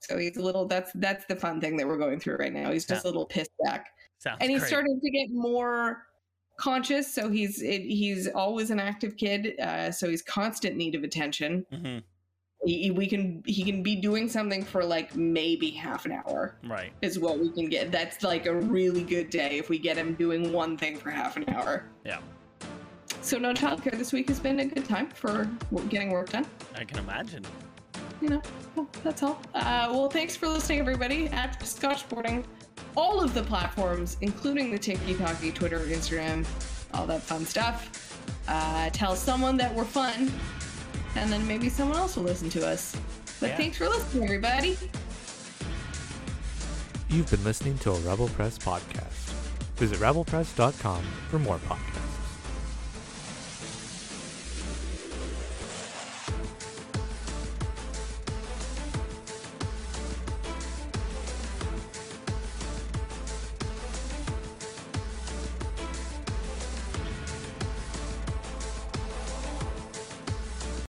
Speaker 2: So he's a little. That's that's the fun thing that we're going through right now. He's just a little pissed back,
Speaker 4: Sounds
Speaker 2: and he's
Speaker 4: crazy.
Speaker 2: starting to get more conscious. So he's it, he's always an active kid. Uh, so he's constant need of attention.
Speaker 4: Mhm,
Speaker 2: He, he- we can he can be doing something for like maybe half an hour
Speaker 4: Right.
Speaker 2: is what we can get. That's like a really good day if we get him doing one thing for half an hour.
Speaker 4: Yeah.
Speaker 2: So no childcare this week has been a good time for w- getting work done.
Speaker 4: I can imagine.
Speaker 2: You know, well, that's all. Uh, well, thanks for listening, everybody. At Scotch Sporting, all of the platforms, including the TikTok, Twitter, Instagram, all that fun stuff. Uh, tell someone that we're fun, and then maybe someone else will listen to us. But
Speaker 4: Yeah.
Speaker 2: thanks for listening, everybody.
Speaker 6: You've been listening to a Rebel Press podcast. Visit rebelpress.com for more podcasts.